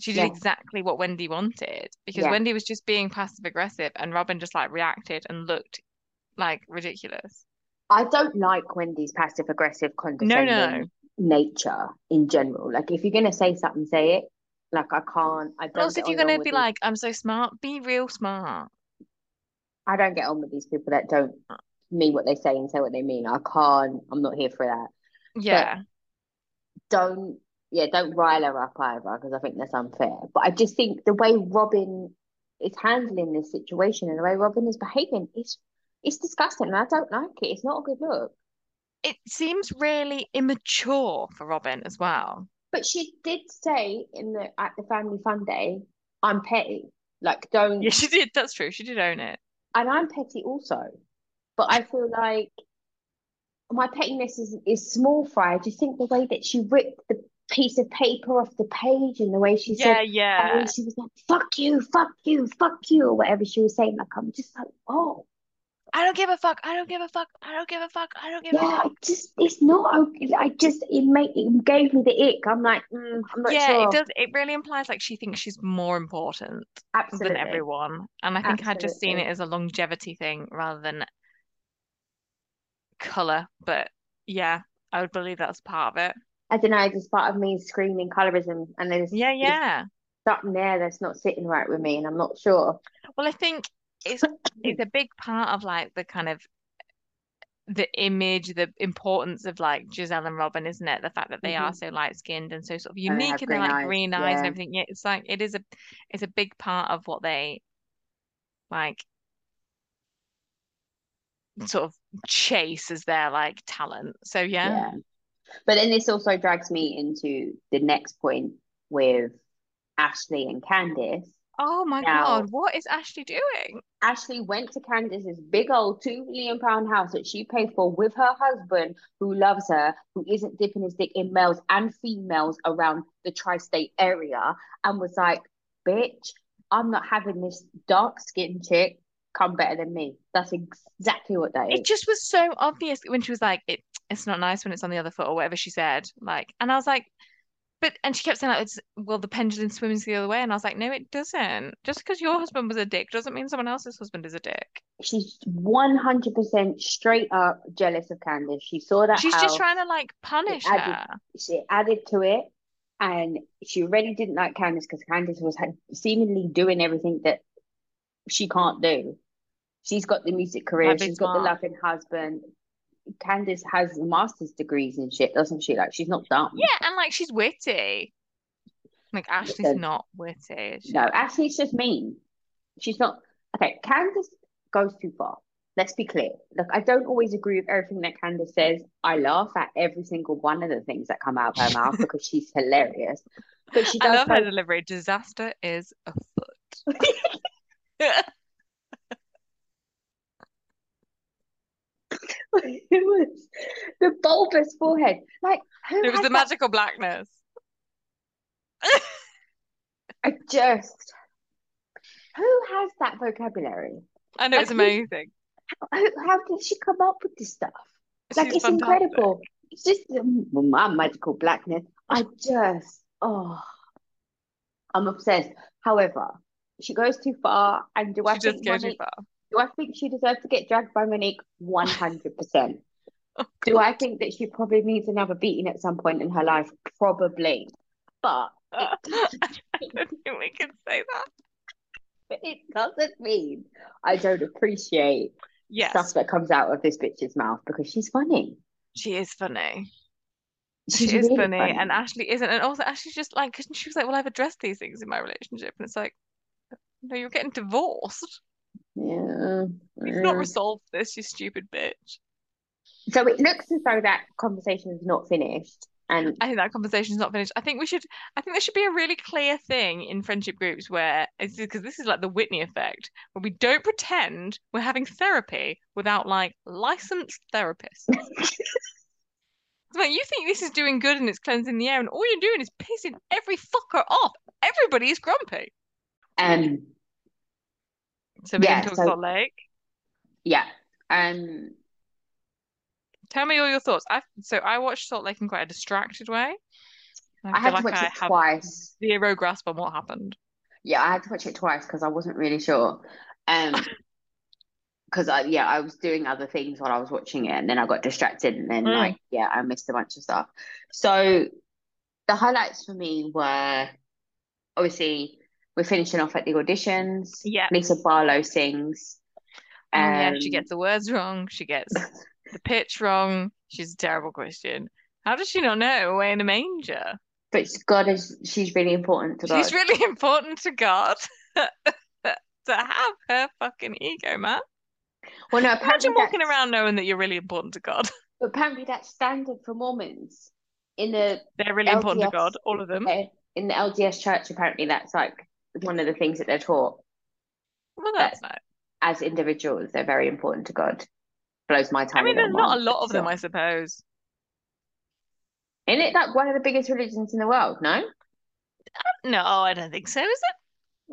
S2: she did
S1: Yeah,
S2: exactly what Wendy wanted because
S1: yeah.
S2: Wendy was just being passive aggressive and Robin just like reacted and looked like ridiculous.
S1: I don't like Wendy's passive aggressive
S2: No, no.
S1: condescending nature in general. Like if you're gonna say something, say it. Like I can't, I
S2: And
S1: don't
S2: also,
S1: get
S2: if you're
S1: along
S2: gonna
S1: with
S2: be
S1: these
S2: like, I'm so smart, be real smart.
S1: I don't get on with these people that don't mean what they say and say what they mean. I can't, I'm not here for that. But
S2: Yeah.
S1: don't yeah don't rile her up either because I think that's unfair. But I just think the way Robin is handling this situation and the way Robin is behaving is it's disgusting and I don't like it. It's not a good look.
S2: It seems really immature for Robin as well.
S1: But she did say in the at the family fun day, I'm petty. Like don't
S2: Yeah, she did. That's true. She did own it.
S1: and I'm petty also. But I feel like my pettiness is, is small fry. I just think the way that she ripped the piece of paper off the page and the way she said,
S2: Yeah,
S1: I mean,
S2: yeah.
S1: she was like, fuck you, fuck you, fuck you, or whatever she was saying. Like, I'm just like, oh,
S2: I don't give a fuck. I don't give a fuck. I don't give a fuck. I don't give a
S1: yeah,
S2: fuck.
S1: I just, it's not, okay. I just, it made, it gave me the ick. I'm like, mm, I'm not
S2: Yeah, it
S1: sure.
S2: does. It really implies like she thinks she's more important than
S1: Absolutely.
S2: everyone. And I think I'd just seen it
S1: Absolutely.
S2: as a longevity thing rather than color. But yeah, I would believe that's part of it.
S1: I don't know, there's part of me screaming colorism, and there's,
S2: Yeah,
S1: there's
S2: yeah.
S1: something there that's not sitting right with me, and I'm not sure.
S2: Well, I think it's it's a big part of like the kind of the image, the importance of like Giselle and Robin, isn't it? The fact that they are
S1: Mhm.
S2: so light skinned and so sort of
S1: And they
S2: unique and
S1: have
S2: they're
S1: green
S2: like
S1: eyes.
S2: green eyes and
S1: Yeah.
S2: everything. Yeah, it's like it is a it's a big part of what they like sort of chase as their like talent. So yeah.
S1: Yeah. But then this also drags me into the next point with Ashley and Candice.
S2: Oh my
S1: Now,
S2: God, what is Ashley doing?
S1: Ashley went to Candace's big old two million pound house that she paid for with her husband, who loves her, who isn't dipping his dick in males and females around the tri-state area, and was like, "Bitch, I'm not having this dark-skinned chick come better than me." That's exactly what that
S2: It
S1: is.
S2: just was so obvious when she was like, it, it's not nice when it's on the other foot or whatever she said. Like, and I was like, but, and she kept saying, like, it's, well, the pendulum swims the other way. And I was like, no, it doesn't. Just because your husband was a dick doesn't mean someone else's husband is a dick.
S1: She's 100% straight up jealous of Candace. She saw that
S2: She's just
S1: house.
S2: trying to like
S1: She
S2: punish
S1: added,
S2: her.
S1: she added to it, and she really didn't like Candace because Candace was had seemingly doing everything that she can't do. She's got the music career,
S2: Like, be
S1: she's got the
S2: smart.
S1: loving husband. Candace has master's degrees and shit, doesn't she? Like she's not dumb.
S2: Yeah. And like, she's witty. Like, Ashley's
S1: So,
S2: not witty, is
S1: no,
S2: she?
S1: Ashley's just mean. She's not okay. Candace goes too far. Let's be clear. Look, I don't always agree with everything that Candace says. I laugh at every single one of the things that come out of her mouth because she's hilarious. But she
S2: I
S1: does
S2: love her
S1: go
S2: delivery. Disaster is afoot.
S1: it was the bulbous forehead. Like, who
S2: It was
S1: has
S2: the
S1: that?
S2: magical blackness.
S1: I just who has that vocabulary?
S2: I know it's
S1: Like, who-
S2: amazing.
S1: How, how did she come up with this stuff? Like
S2: She's
S1: it's
S2: fantastic.
S1: incredible. It's just um, well, my magical blackness. I just oh, I'm obsessed. However, she goes too far, and do I
S2: She does
S1: think
S2: go too
S1: Monique?
S2: far.
S1: Do I think she deserves to get dragged by Monique? One hundred percent.
S2: Oh,
S1: Do I think that she probably needs another beating at some point in her life? Probably, but
S2: I
S1: it
S2: don't think we can say that.
S1: but it doesn't mean I don't appreciate stuff
S2: Yes,
S1: that comes out of this bitch's mouth because she's funny.
S2: she is funny. She
S1: She's
S2: is
S1: really
S2: funny,
S1: funny.
S2: and Ashley isn't. And also, Ashley's just like, because she was like, "Well, I've addressed these things in my relationship," and it's like, "No, you're getting divorced.
S1: Yeah.
S2: You've not
S1: yeah.
S2: resolved this, you stupid bitch."
S1: So it looks as though that conversation is not finished. And
S2: I think that conversation's not finished. I think we should. I think there should be a really clear thing in friendship groups where it's because this is like the Whitney effect, where we don't pretend we're having therapy without like licensed therapists. It's like you think this is doing good and it's cleansing the air, and all you're doing is pissing every fucker off. Everybody is grumpy.
S1: um
S2: So we
S1: Yeah,
S2: can talk
S1: so-
S2: about Lake.
S1: yeah. Um
S2: Tell me all your thoughts. I so I watched Salt Lake in quite a distracted way. and
S1: I
S2: feel
S1: had to
S2: like
S1: watch
S2: I
S1: it
S2: have
S1: twice.
S2: zero grasp on what happened.
S1: Yeah, I had to watch it twice because I wasn't really sure. Um because I yeah, I was doing other things while I was watching it and then I got distracted and then
S2: Mm.
S1: like yeah, I missed a bunch of stuff. So the highlights for me were obviously we're finishing off at the auditions.
S2: Yeah.
S1: Lisa Barlow sings.
S2: Oh yeah, she
S1: Um,
S2: gets the words wrong. She gets the pitch wrong. She's a terrible Christian. How does she not know away in a manger?
S1: But God is she's really important to God.
S2: She's really important to God to have her fucking ego, man.
S1: well, no, apparently
S2: Imagine walking
S1: that's-
S2: around knowing that you're really important to God.
S1: Apparently that's standard for Mormons in the
S2: They're
S1: Oh,
S2: really important to
S1: LDS.
S2: God, all of them.
S1: in the LDS Church. Apparently that's like one of the things that they're taught
S2: Well, that's nice.
S1: as individuals. They're very important to God. Blows my
S2: I
S1: tiny
S2: mean,
S1: little
S2: there's not a
S1: mind,
S2: lot
S1: but
S2: of them, I
S1: still.
S2: suppose.
S1: Isn't it like one of the biggest religions in the world? No,
S2: No, oh, I don't think so, is it?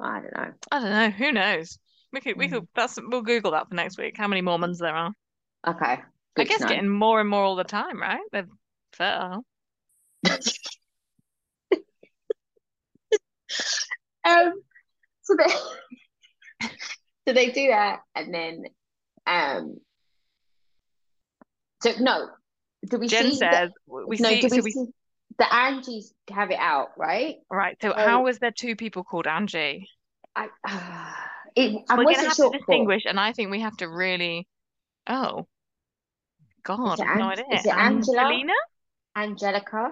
S1: I don't know.
S2: I don't know. Who knows? We could, we
S1: Mm.
S2: could, that's, we'll Google that for next week, how many Mormons there are.
S1: Okay,
S2: I
S1: good to
S2: guess
S1: know.
S2: getting more and more all the time, right? They're fertile.
S1: Um, so they so they do that, and then um, so no, do we
S2: Jen
S1: see the-
S2: says, w- we
S1: no,
S2: see,
S1: do
S2: so
S1: we
S2: we,
S1: see the Angies have it out, right?
S2: right, so
S1: so-
S2: how is there two people called Angie?
S1: I it, I
S2: We're going to
S1: wasn't
S2: have
S1: sure.
S2: to distinguish, and I think we have to really, oh, God,
S1: it
S2: I've no
S1: Ang-
S2: idea. Um,
S1: is it Angela?
S2: Angelina?
S1: Angelica.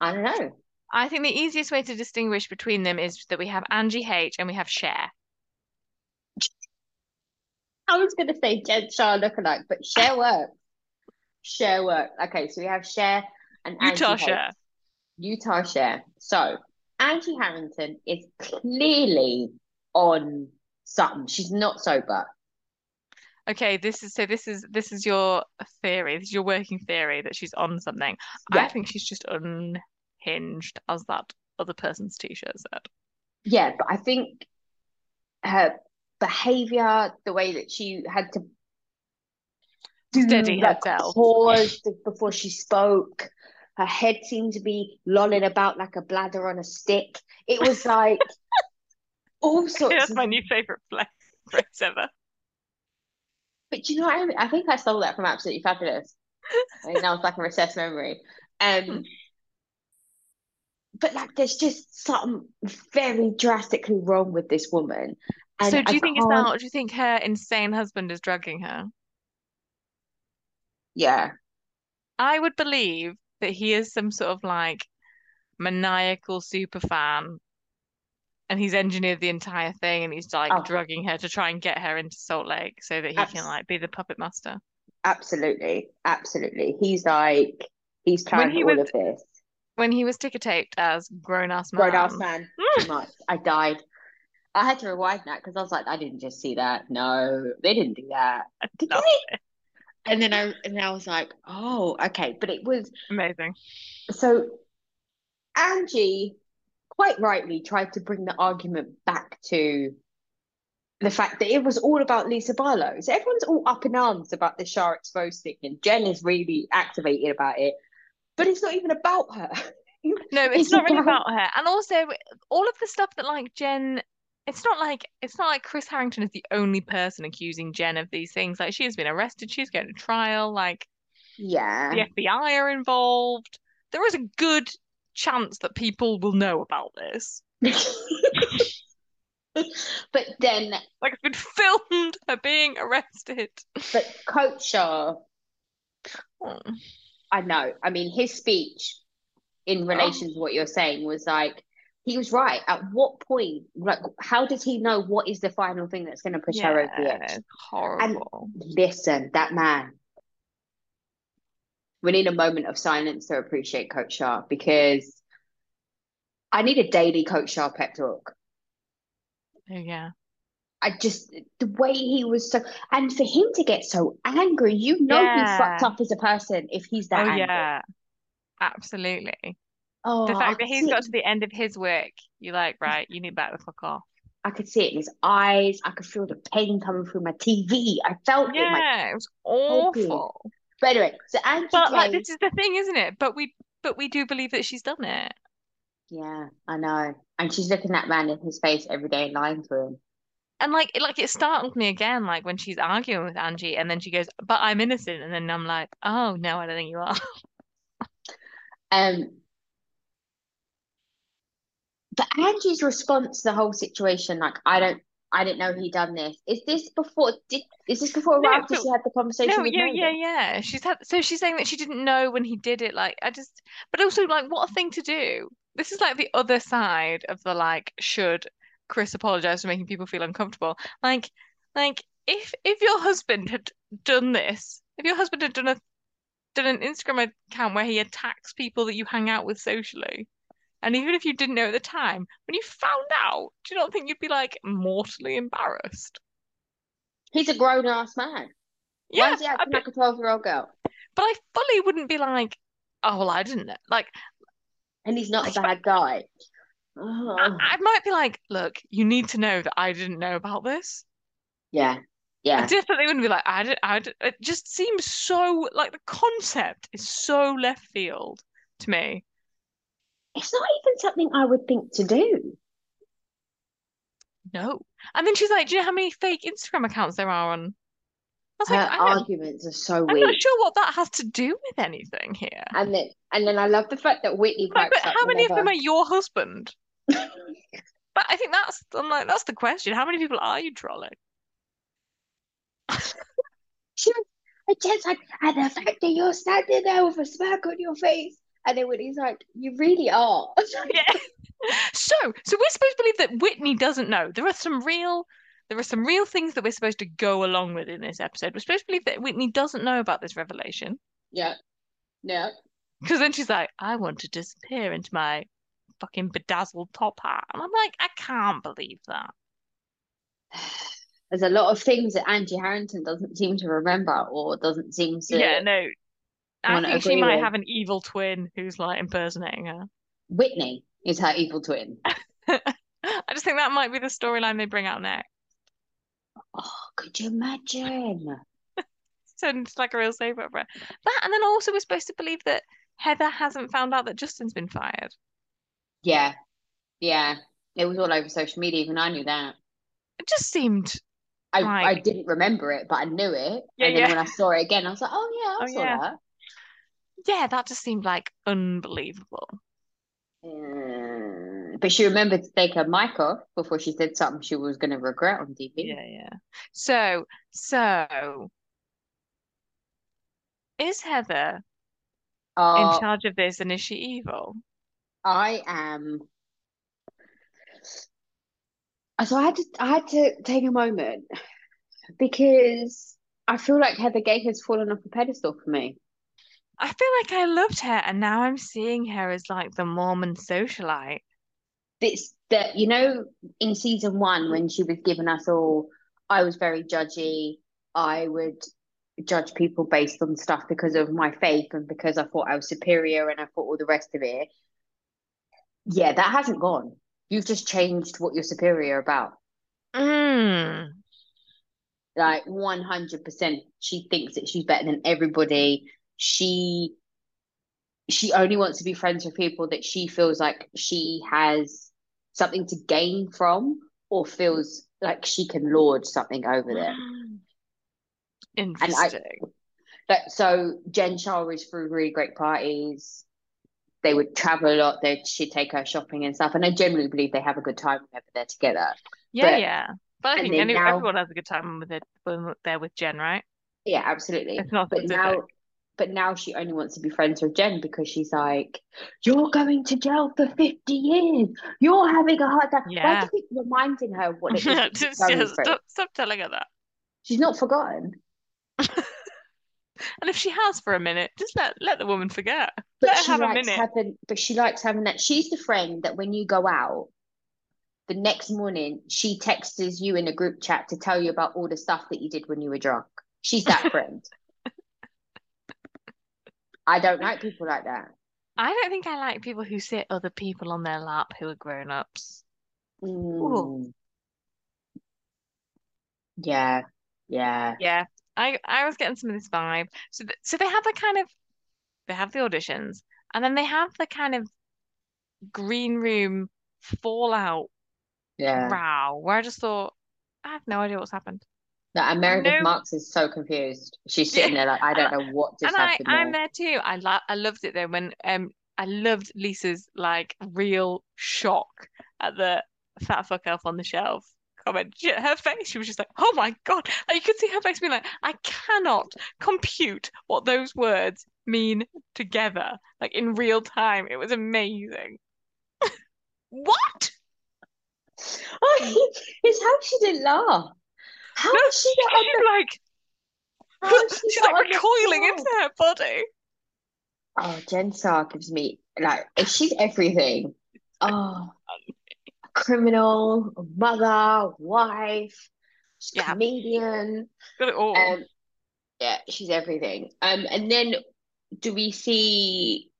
S1: I don't know.
S2: I think the easiest way to distinguish between them is that we have Angie H and we have Cher.
S1: I was gonna say Jen Shah lookalike, but share work. Share work. Okay, so we have share and
S2: Utah
S1: Angie
S2: Cher.
S1: Hayes. Utah share. So Angie Harrington is clearly on something. She's not sober.
S2: Okay, this is so this is this is your theory, this is your working theory that she's on something. I
S1: Yeah,
S2: think she's just unhinged, as that other person's t-shirt said.
S1: yeah, but I think her behavior, the way that she had to
S2: Steady
S1: do, like
S2: herself.
S1: paused before she spoke. Her head seemed to be lolling about like a bladder on a stick. It was like all sorts
S2: That's
S1: of.
S2: my new favorite phrase ever.
S1: But you know what I mean? I think I stole that from Absolutely Fabulous. I mean, now it's like a recessed memory.
S2: Hmm.
S1: Um, but like, there's just something very drastically wrong with this woman, and
S2: So do
S1: I
S2: you think it's
S1: can't-
S2: now do you think her insane husband is drugging her?
S1: Yeah,
S2: I would believe that he is some sort of like maniacal super fan and he's engineered the entire thing and he's like
S1: Oh.
S2: drugging her to try and get her into Salt Lake so that he can
S1: Abs-
S2: like be the puppet master.
S1: absolutely, absolutely. He's like, he's
S2: When
S1: planning
S2: he
S1: all
S2: was
S1: of this.
S2: when he was ticker taped as grown ass man.
S1: grown ass man too much. I died. I had to rewind that because I was like, I didn't just see that. No, they didn't do that. Did
S2: No.
S1: they? And then I and I was like, oh, okay. But it was
S2: Amazing.
S1: so Angie quite rightly tried to bring the argument back to the fact that it was all about Lisa Barlow. So everyone's all up in arms about the Shah exposed thing, and Jen is really activated about it. But it's not even about her.
S2: No, it's, not really about her. And also, all of the stuff that like Jen, it's not like it's not like Chris Harrington is the only person accusing Jen of these things. Like she has been arrested, she's going to trial. Like
S1: Yeah.
S2: the FBI are involved. There is a good chance that people will know about this.
S1: but then,
S2: Like it's been filmed, her being arrested.
S1: but Coach Shah,
S2: Oh.
S1: I know. I mean, his speech in relation to what you're saying was like, he was right. At what point, like, how does he know what is the final thing that's going to push her over the
S2: Yeah,
S1: edge?
S2: it's horrible.
S1: Listen, that man. We need a moment of silence to appreciate Coach Shah because I need a daily Coach Shah pep talk.
S2: Oh, yeah.
S1: I just the way he was so, and for him to get so angry, you know he's fucked
S2: Yeah.
S1: up as a person if he's
S2: Oh
S1: that angry.
S2: yeah. Absolutely.
S1: Oh,
S2: The
S1: I
S2: fact that
S1: could
S2: he's
S1: see
S2: got
S1: it-
S2: to the end of his work, you're like, right, you need to back the fuck off.
S1: I could see it in his eyes. I could feel the pain coming through my TV. I felt it. My,
S2: Yeah, it was
S1: hoping.
S2: awful.
S1: but anyway, so Angie
S2: But like
S1: Kay-
S2: this is the thing, isn't it? But we but we do believe that she's done it.
S1: yeah, I know, and she's looking that man in his face every day and lying to him.
S2: And like it like it startled me again, like when she's arguing with Angie and then she goes, But I'm innocent and then I'm like, Oh no, I don't think you are.
S1: Um, but Angie's response to the whole situation, like, I don't, I didn't know he done this. Is this before? Did is this before or
S2: No,
S1: after
S2: but-
S1: she had the conversation
S2: No,
S1: with
S2: yeah,
S1: Megan?
S2: yeah, yeah. She's had so she's saying that she didn't know when he did it. Like I just, but also like what a thing to do. This is like the other side of the like should Chris apologize for making people feel uncomfortable. Like, like if if your husband had done this, if your husband had done a done an Instagram account where he attacks people that you hang out with socially, and even if you didn't know at the time, when you found out, do you not think you'd be like mortally embarrassed?
S1: He's a grown ass man. Why
S2: Yeah,
S1: is he
S2: I'd
S1: acting
S2: be-
S1: like a twelve year old girl?
S2: But I fully wouldn't be like, oh, well, I didn't know. Like,
S1: And he's not a
S2: Like,
S1: bad guy. Oh,
S2: I, I might be like, look, you need to know that I didn't know about this.
S1: yeah,
S2: I
S1: yeah.
S2: definitely wouldn't be like, I did I did It just seems so, like, the concept is so left field to me.
S1: It's not even something I would think to do.
S2: No. And then she's like, do you know how many fake Instagram accounts there are on? I was
S1: Her
S2: like, I don't,
S1: arguments are so
S2: I'm not
S1: weak.
S2: sure what that has to do with anything here.
S1: And then, and then I love the fact that Whitney
S2: Like,
S1: pipes
S2: but
S1: up
S2: how many of them
S1: whenever-
S2: are your husband? But I think that's, I'm like, that's the question. How many people are you trolling?
S1: She was, and Jen's like, and the fact that you're standing there with a smirk on your face. And then when he's like, you really are.
S2: Yeah. So, so we're supposed to believe that Whitney doesn't know. There are some real, there are some real things that we're supposed to go along with in this episode. We're supposed to believe that Whitney doesn't know about this revelation
S1: Yeah, yeah.
S2: because then she's like, "I want to disappear into my fucking bedazzled top hat," and I'm like, "I can't believe that."
S1: There's a lot of things that Angie Harrington doesn't seem to remember or doesn't seem to.
S2: yeah, no, I
S1: wanna
S2: think she
S1: agree
S2: might
S1: with.
S2: have an evil twin who's like impersonating her.
S1: Whitney is her evil twin.
S2: I just think that might be the storyline they bring out next.
S1: Oh, could you imagine?
S2: So it's like a real soap opera. That, and then also we're supposed to believe that Heather hasn't found out that Justin's been fired.
S1: Yeah, yeah. It was all over social media, even I knew that.
S2: It just seemed,
S1: I, I
S2: Right.
S1: didn't remember it, but I knew it.
S2: Yeah,
S1: and then
S2: yeah.
S1: when I saw it again, I was like, oh, yeah, I
S2: Oh,
S1: saw
S2: yeah.
S1: that.
S2: yeah, that just seemed like unbelievable.
S1: Mm, but she remembered to take her mic off before she said something she was going to regret on TV.
S2: yeah. So, so is Heather in
S1: Uh,
S2: charge of this and is she evil?
S1: I am. So I had to, I had to take a moment because I feel like Heather Gay has fallen off a pedestal for me.
S2: I feel like I loved her and now I'm seeing her as like the Mormon socialite.
S1: It's that you know in season one when she was giving us all, I was very judgy. I would judge people based on stuff because of my faith and because I thought I was superior and I thought all the rest of it. Yeah, that hasn't gone. You've just changed what you're superior about.
S2: Mm.
S1: Like 100%, she thinks that she's better than everybody. She she only wants to be friends with people that she feels like she has something to gain from or feels like she can lord something over them.
S2: Interesting.
S1: But so Jen Shara's threw really great parties. They would travel a lot. They she'd take her shopping and stuff. And I generally believe they have a good time whenever they're together.
S2: yeah,
S1: but-
S2: yeah. But I
S1: and
S2: think
S1: then
S2: any,
S1: now-
S2: everyone has a good time with it when they're with Jen, right?
S1: Yeah, absolutely.
S2: It's not
S1: But
S2: specific.
S1: now, but now she only wants to be friends with Jen because she's like, "You're going to jail for fifty years. You're having a hard time." Why do
S2: Yeah.
S1: you keep reminding her what it is
S2: Yeah,
S1: that she's going through?
S2: stop, stop telling her that.
S1: She's not forgotten.
S2: And if she has for a minute, just let let the woman forget.
S1: But
S2: Let her
S1: she
S2: have a
S1: likes
S2: minute.
S1: having, but she likes having that. She's the friend that when you go out, the next morning she texts you in a group chat to tell you about all the stuff that you did when you were drunk. She's that friend. I don't like people like that.
S2: I don't think I like people who sit other people on their lap who are grown ups.
S1: Mm. Yeah, yeah.
S2: Yeah, I I was getting some of this vibe. So th so they have the kind of they have the auditions, and then they have the kind of green room fallout
S1: Yeah.
S2: row where I just thought I have no idea what's happened.
S1: That Meredith
S2: No.
S1: Marks is so confused. She's sitting there like, I don't know what just
S2: and I,
S1: happened.
S2: I'm
S1: there.
S2: there too. I lo I loved it though when um I loved Lisa's like real shock at the fat fuck elf on the shelf comment. She- Her face, she was just like, "Oh my God!" Like, you could see her face being like, "I cannot compute what those words mean together, like in real time." It was amazing. What?
S1: Oh, it's how she didn't laugh. How
S2: No,
S1: is she not on
S2: She's
S1: the,
S2: like
S1: how is she
S2: she's
S1: not
S2: like
S1: on the
S2: recoiling
S1: floor?
S2: into her body.
S1: Oh, Jen Starr gives me like she's everything. Oh, criminal, mother, wife, she's
S2: Yeah.
S1: comedian.
S2: Got it all.
S1: Um, yeah, she's everything. Um, and then do we see?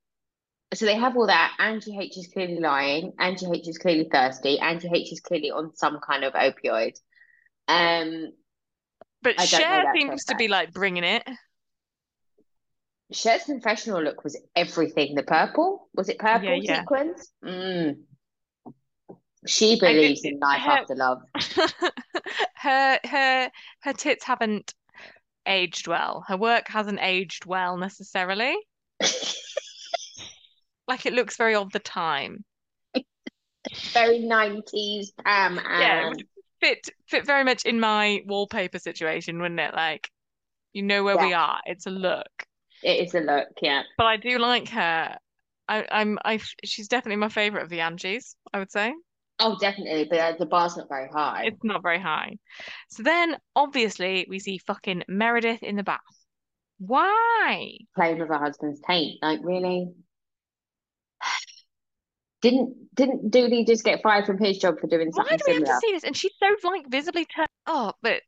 S1: So they have all that. Angie H is clearly lying. Angie H is clearly thirsty. Angie H is clearly on some kind of opioid. Um,
S2: but
S1: I don't know
S2: Cher
S1: that for a
S2: seems to be like bringing it.
S1: Cher's confessional look was everything. The purple, was it
S2: Yeah,
S1: purple
S2: yeah.
S1: sequins? Mm. She
S2: I
S1: believes
S2: did-
S1: in life
S2: her-
S1: after love.
S2: her her her tits haven't aged well. Her work hasn't aged well necessarily. Like it looks very of the time.
S1: Very 90s Pam
S2: Yeah, it
S1: and
S2: would fit fit very much in my wallpaper situation, wouldn't it? Like you know where we are. It's a look.
S1: it is a look, yeah.
S2: But I do like her. I, I'm I f- she's definitely my favorite of the Angies, I would say.
S1: Oh, definitely, but uh, the bar's not very high.
S2: It's not very high. So then obviously we see fucking Meredith in the bath. Why?
S1: Playing with her husband's taint, like really? Didn't didn't Dooley just get fired from his job for doing
S2: Why
S1: something
S2: do we have to
S1: similar?
S2: see this? And she's so like visibly turned up, but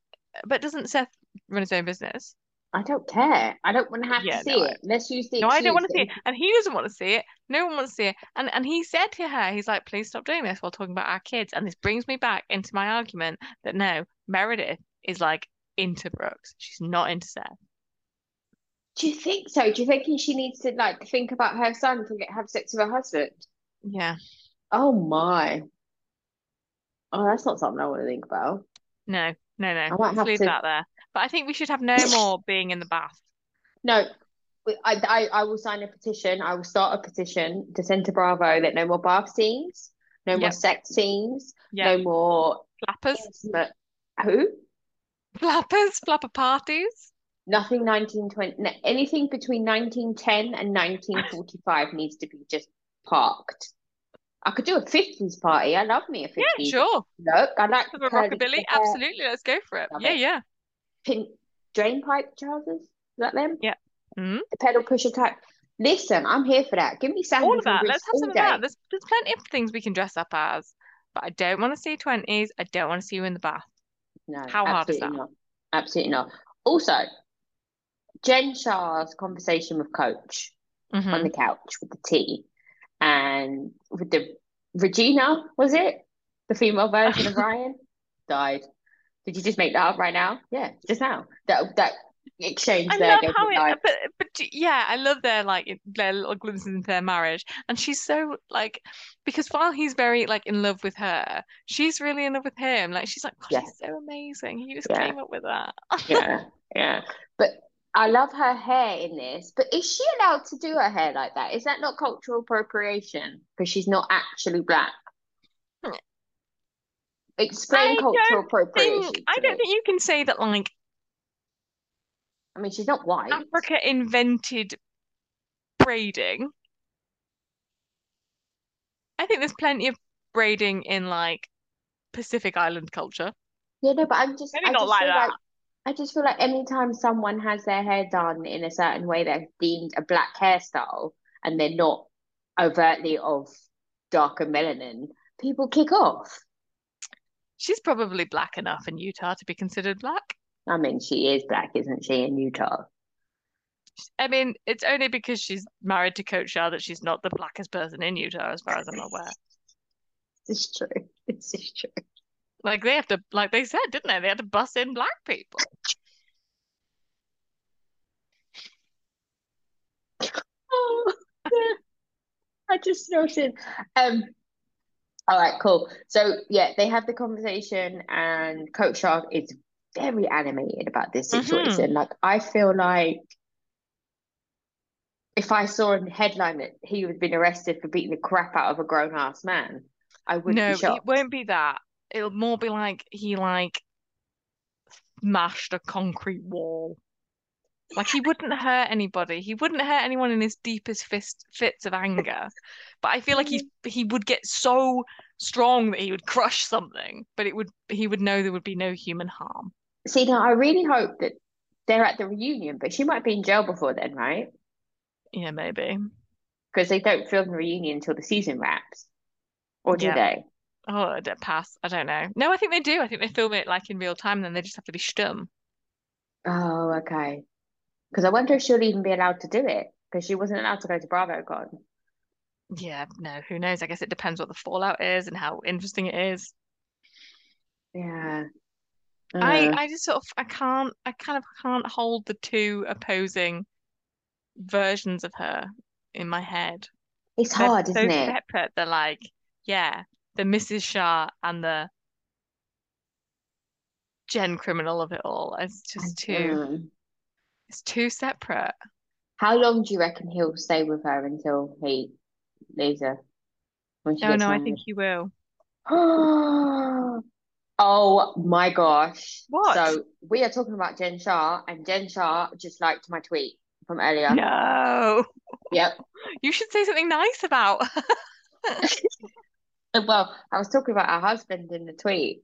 S2: but doesn't Seth run his own business?
S1: I don't care. I don't want to have
S2: Yeah,
S1: to see
S2: no, I-
S1: it. Let's use the
S2: No, I don't want to see
S1: excuse
S2: it. And he doesn't want to see it. No one wants to see it. And and he said to her, he's like, please stop doing this while talking about our kids. And this brings me back into my argument that no, Meredith is like into Brooks. She's not into Seth.
S1: that- Do you think so? Do you think she needs to like think about her son and get have sex with her husband?
S2: Yeah.
S1: Oh my. Oh, that's not something I want to think about.
S2: No, no, no.
S1: might
S2: Let's
S1: have
S2: leave
S1: to-
S2: that there. But I think we should have no more being in the bath.
S1: No, we- I, I, I will sign a petition. I will start a petition to send to Bravo that no more bath scenes, no more
S2: Yep.
S1: sex scenes,
S2: Yeah.
S1: no more
S2: Flappers,
S1: intimate who?
S2: flappers, flapper parties.
S1: Nothing 1920, no, anything between 1910 and 1945 needs to be just parked. I could do a 50s party. I love me a 50s
S2: Yeah, sure.
S1: look. I like
S2: Have
S1: the
S2: a
S1: curly
S2: rockabilly.
S1: hair,
S2: Absolutely. Let's go for it.
S1: Love
S2: Yeah,
S1: it.
S2: yeah.
S1: pink drain pipe trousers. Is that them?
S2: Yeah. Mhm.
S1: The pedal pusher type. Listen, I'm here for that. Give me Sandra
S2: all of
S1: from
S2: that.
S1: Greece
S2: Let's have
S1: all
S2: some of
S1: day.
S2: that. There's there's plenty of things we can dress up as, but I don't want to see twenties. I don't want to see you in the bath.
S1: No,
S2: How hard is that?
S1: absolutely not. Absolutely not. Also, Jen Shah's conversation with Coach
S2: Mhm.
S1: on the couch with the tea and with the Regina, was it? The female version of Ryan died. Did you just make that up right now? Yeah, just now. That that exchange
S2: I
S1: there
S2: love
S1: gave
S2: how
S1: me
S2: it,
S1: life.
S2: but but d- yeah, I love their like their little glimpses into their marriage, and she's so like because while he's very like in love with her, she's really in love with him. Like she's like, God,
S1: Yeah.
S2: he's so amazing. He just
S1: Yeah.
S2: came up with that.
S1: Yeah, yeah. But I love her hair in this. But is she allowed to do her hair like that? Is that not cultural appropriation? Because she's not actually black.
S2: Hmm. I
S1: Explain
S2: don't
S1: cultural
S2: Think,
S1: appropriation
S2: I
S1: to
S2: don't
S1: me.
S2: think you can say that like
S1: I mean, she's not white.
S2: Africa invented braiding. I think there's plenty of braiding in like Pacific Island culture.
S1: Yeah, no, but I'm just,
S2: Maybe
S1: I
S2: not
S1: just
S2: like
S1: feel
S2: that.
S1: like, I just feel like anytime someone has their hair done in a certain way, they're deemed a black hairstyle and they're not overtly of darker melanin, people kick off.
S2: She's probably black enough in Utah to be considered black.
S1: I mean, she is black, isn't she, in Utah?
S2: I mean, it's only because she's married to Coach Shah that she's not the blackest person in Utah, as far as I'm aware.
S1: This is true. This is true.
S2: Like they have to, like they said, didn't they? They had to bus in black people.
S1: Oh, I just noted. Um, all right, cool. So yeah, they have the conversation, and Coach Shark is very animated about this
S2: Mhm.
S1: situation. Like, I feel like if I saw in the headline that he had been arrested for beating the crap out of a grown ass man, I wouldn't
S2: No,
S1: be shocked.
S2: it won't be that. It'll more be like he like smashed a concrete wall. Like he wouldn't hurt anybody. He wouldn't hurt anyone in his deepest fist fits of anger. But I feel like he he would get so strong that he would crush something. But it would he would know there would be no human harm.
S1: See, now I really hope that they're at the reunion, but she might be in jail before then, right?
S2: Yeah, maybe.
S1: Because they don't film the reunion until the season wraps, or do
S2: Yeah.
S1: they?
S2: Oh, I don't pass. I don't know. No, I think they do. I think they film it like in real time, then they just have to be stum.
S1: Oh, okay. Because I wonder if she'll even be allowed to do it because she wasn't allowed to go to BravoCon.
S2: Yeah, no, who knows? I guess it depends what the fallout is and how interesting it is.
S1: Yeah.
S2: I,
S1: Uh,
S2: I just sort of I can't I kind of can't hold the two opposing versions of her in my head.
S1: it's
S2: They're
S1: hard,
S2: so
S1: isn't it?
S2: separate. They're like, yeah, the Mrs. Shah and the gen criminal of it all. It's just too
S1: Mm.
S2: it's too separate.
S1: How long do you reckon he'll stay with her until he leaves her when she
S2: Oh, No,
S1: gets
S2: no, I
S1: married?
S2: think you will.
S1: Oh my gosh.
S2: What?
S1: So we are talking about Jen Shah, and Jen Shah just liked my tweet from earlier.
S2: No.
S1: Yep.
S2: You should say something nice about her.
S1: Well, I was talking about her husband in the tweet.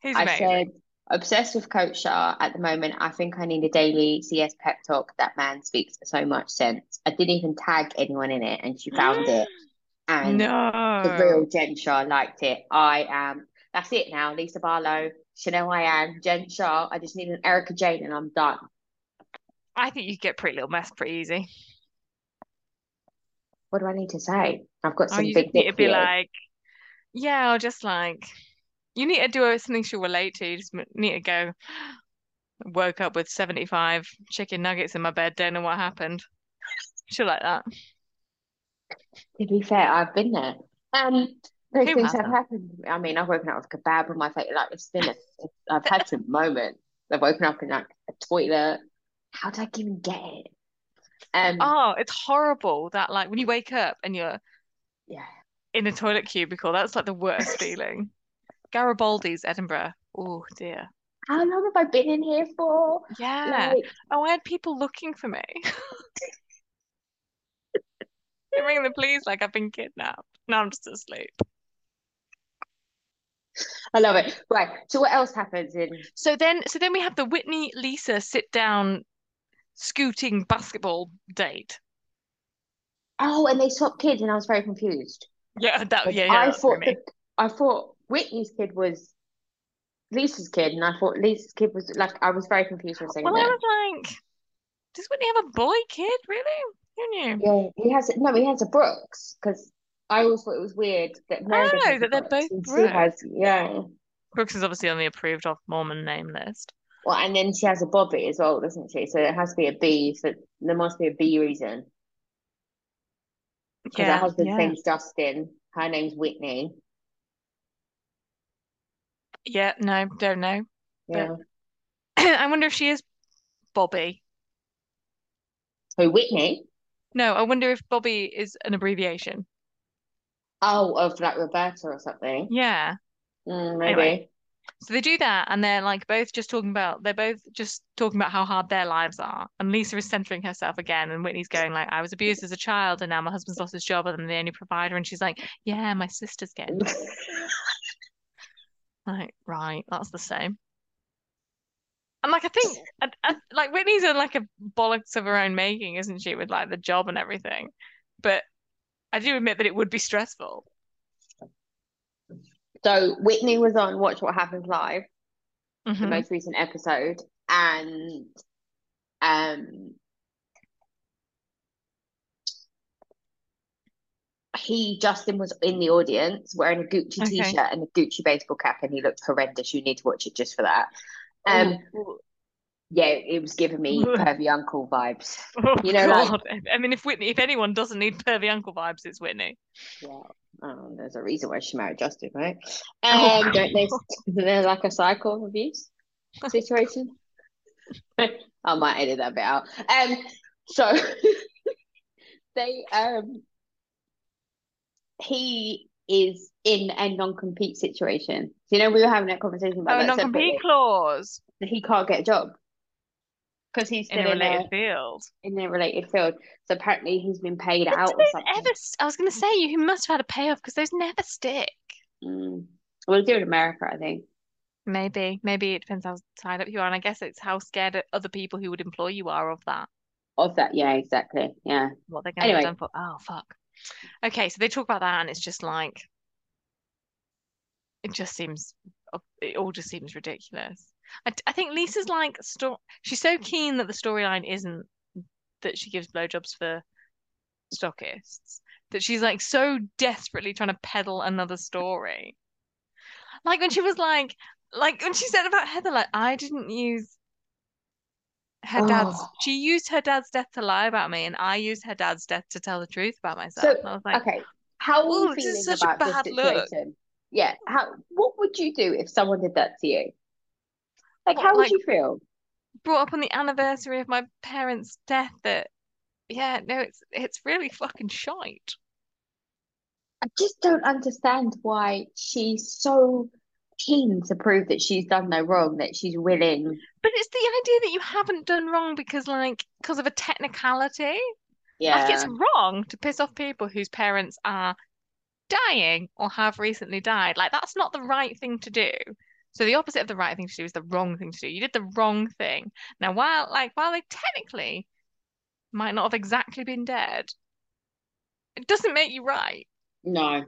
S2: He's
S1: I
S2: amazing.
S1: said, obsessed with Coach Shah at the moment. I think I need a daily CS pep talk. That man speaks so much sense. I didn't even tag anyone in it, and she found it. And the
S2: No.
S1: real Jen Shah liked it. I am. That's it now. Lisa Barlow, Chanel I am, Jen Shah. I just need an Erica Jane, and I'm done.
S2: I think you could get Pretty Little Mess pretty easy.
S1: What do I need to say? I've got
S2: Oh,
S1: some
S2: you just
S1: big
S2: need to
S1: dick for
S2: be
S1: you.
S2: like, yeah, or just like, you need to do something she'll relate to. You just m- need to go, woke up with 75 chicken nuggets in my bed, don't know what happened. She'll like that.
S1: To be fair, I've been there. Um, those
S2: Who
S1: things have
S2: hasn't?
S1: happened. to me. I mean, I've woken up with kebab on my face. Like it's been a, I've had some moments. I've woken up in like a toilet. How did I even get it? Um,
S2: Oh, it's horrible that, like, when you wake up and you're
S1: yeah.
S2: in a toilet cubicle, that's like the worst feeling. Garibaldi's Edinburgh. Oh, dear.
S1: How long have I been in here for?
S2: Yeah.
S1: Like,
S2: Oh, I had people looking for me. They ring the police like I've been kidnapped. No, I'm just asleep.
S1: I love it. Right. So what else happens in?
S2: So then, so then we have the Whitney Lisa sit down scooting basketball date.
S1: Oh, and they swap kids, and I was very confused.
S2: Yeah, that
S1: Like,
S2: Oh, yeah, yeah,
S1: I
S2: that's for
S1: thought
S2: me.
S1: that I thought Whitney's kid was Lisa's kid, and I thought Lisa's kid was like I was very confused for a second
S2: Well, I
S1: there.
S2: was like, does Whitney have a boy kid? Really? Who knew?
S1: Yeah, he has no, he has a Brooks because I always thought it was weird that Meredith
S2: Oh,
S1: is
S2: that they're
S1: Brooks
S2: both
S1: and she
S2: Brooks.
S1: has yeah.
S2: Brooks is obviously on the approved of Mormon name list.
S1: Well, and then she has a Bobby as well, doesn't she? So it has to be a B. So there must be a B reason because her
S2: Yeah,
S1: husband's
S2: yeah,
S1: name's Justin. Her name's Whitney.
S2: yeah. No, don't know.
S1: Yeah.
S2: I wonder if she is Bobby.
S1: Who Whitney?
S2: No, I wonder if Bobby is an abbreviation.
S1: Oh, of like Roberta or something.
S2: Yeah.
S1: Mm,
S2: Anyway.
S1: maybe.
S2: So they do that, and they're like both just talking about they're both just talking about how hard their lives are. And Lisa is centering herself again, and Whitney's going like, "I was abused as a child, and now my husband's lost his job, and I'm the only provider." And she's like, "Yeah, my sister's getting paid." Like, right, that's the same. And like, I think, and, and, like Whitney's in like a bollocks of her own making, isn't she? With like the job and everything, but I do admit that it would be stressful.
S1: So Whitney was on Watch What Happens Live, the
S2: Mhm.
S1: most recent episode, and um, he Justin was in the audience wearing a Gucci
S2: Okay.
S1: t-shirt and a Gucci baseball cap, and he looked horrendous. You need to watch it just for that. Um,
S2: Ooh.
S1: yeah, it was giving me
S2: Ugh.
S1: pervy uncle vibes.
S2: Oh,
S1: you know, like-
S2: God. I mean, if Whitney, if anyone doesn't need pervy uncle vibes, it's Whitney.
S1: Yeah. Um, there's a reason why she married Justin, right?
S2: Oh,
S1: Um, don't they? Isn't there like a cycle of abuse situation? I might edit that bit out. Um, so they um, he is in a non-compete situation. So, you know, we were having that conversation about
S2: Oh,
S1: that
S2: non-compete
S1: separately.
S2: clause
S1: That He can't get a job because he's
S2: in a
S1: still in a
S2: related field.
S1: in a related field. So apparently, he's been paid
S2: But
S1: out
S2: do
S1: or
S2: those
S1: something.
S2: ever? s- I was going to say you must have had a payoff because those never stick.
S1: Mm. We'll do it in America, I think.
S2: Maybe, maybe it depends how tied up you are, and I guess it's how scared o- other people who would employ you are of that,
S1: Of that, yeah, exactly. Yeah.
S2: what they're going to
S1: Anyway.
S2: be done for. Oh, fuck. Okay, so they talk about that, and it's just like it just seems, it all just seems ridiculous. I, d- I think Lisa's like, sto- she's so keen that the storyline isn't that she gives blowjobs for stockists that she's like so desperately trying to peddle another story. Like when she was like, like when she said about Heather, like I didn't use her dad's.
S1: Oh.
S2: She used her dad's death to lie about me, and I used her dad's death to tell the truth about myself.
S1: So,
S2: and I was like,
S1: Okay. How are
S2: "Ooh,
S1: you
S2: this is
S1: feeling
S2: such a
S1: about
S2: bad
S1: this
S2: look."
S1: situation? Yeah. How what would you do if someone did that to you? Like how would
S2: Like-
S1: you feel?
S2: brought up on the anniversary of my parents' death. That yeah, no, it's it's really fucking shite.
S1: I just don't understand why she's so keen to prove that she's done no wrong, that she's willing.
S2: But it's the idea that you haven't done wrong because like because of a technicality. Like
S1: Yeah.
S2: it's wrong to piss off people whose parents are dying or have recently died. Like that's not the right thing to do. So the opposite of the right thing to do is the wrong thing to do. You did the wrong thing. Now while like while they technically might not have exactly been dead, it doesn't make you right.
S1: No.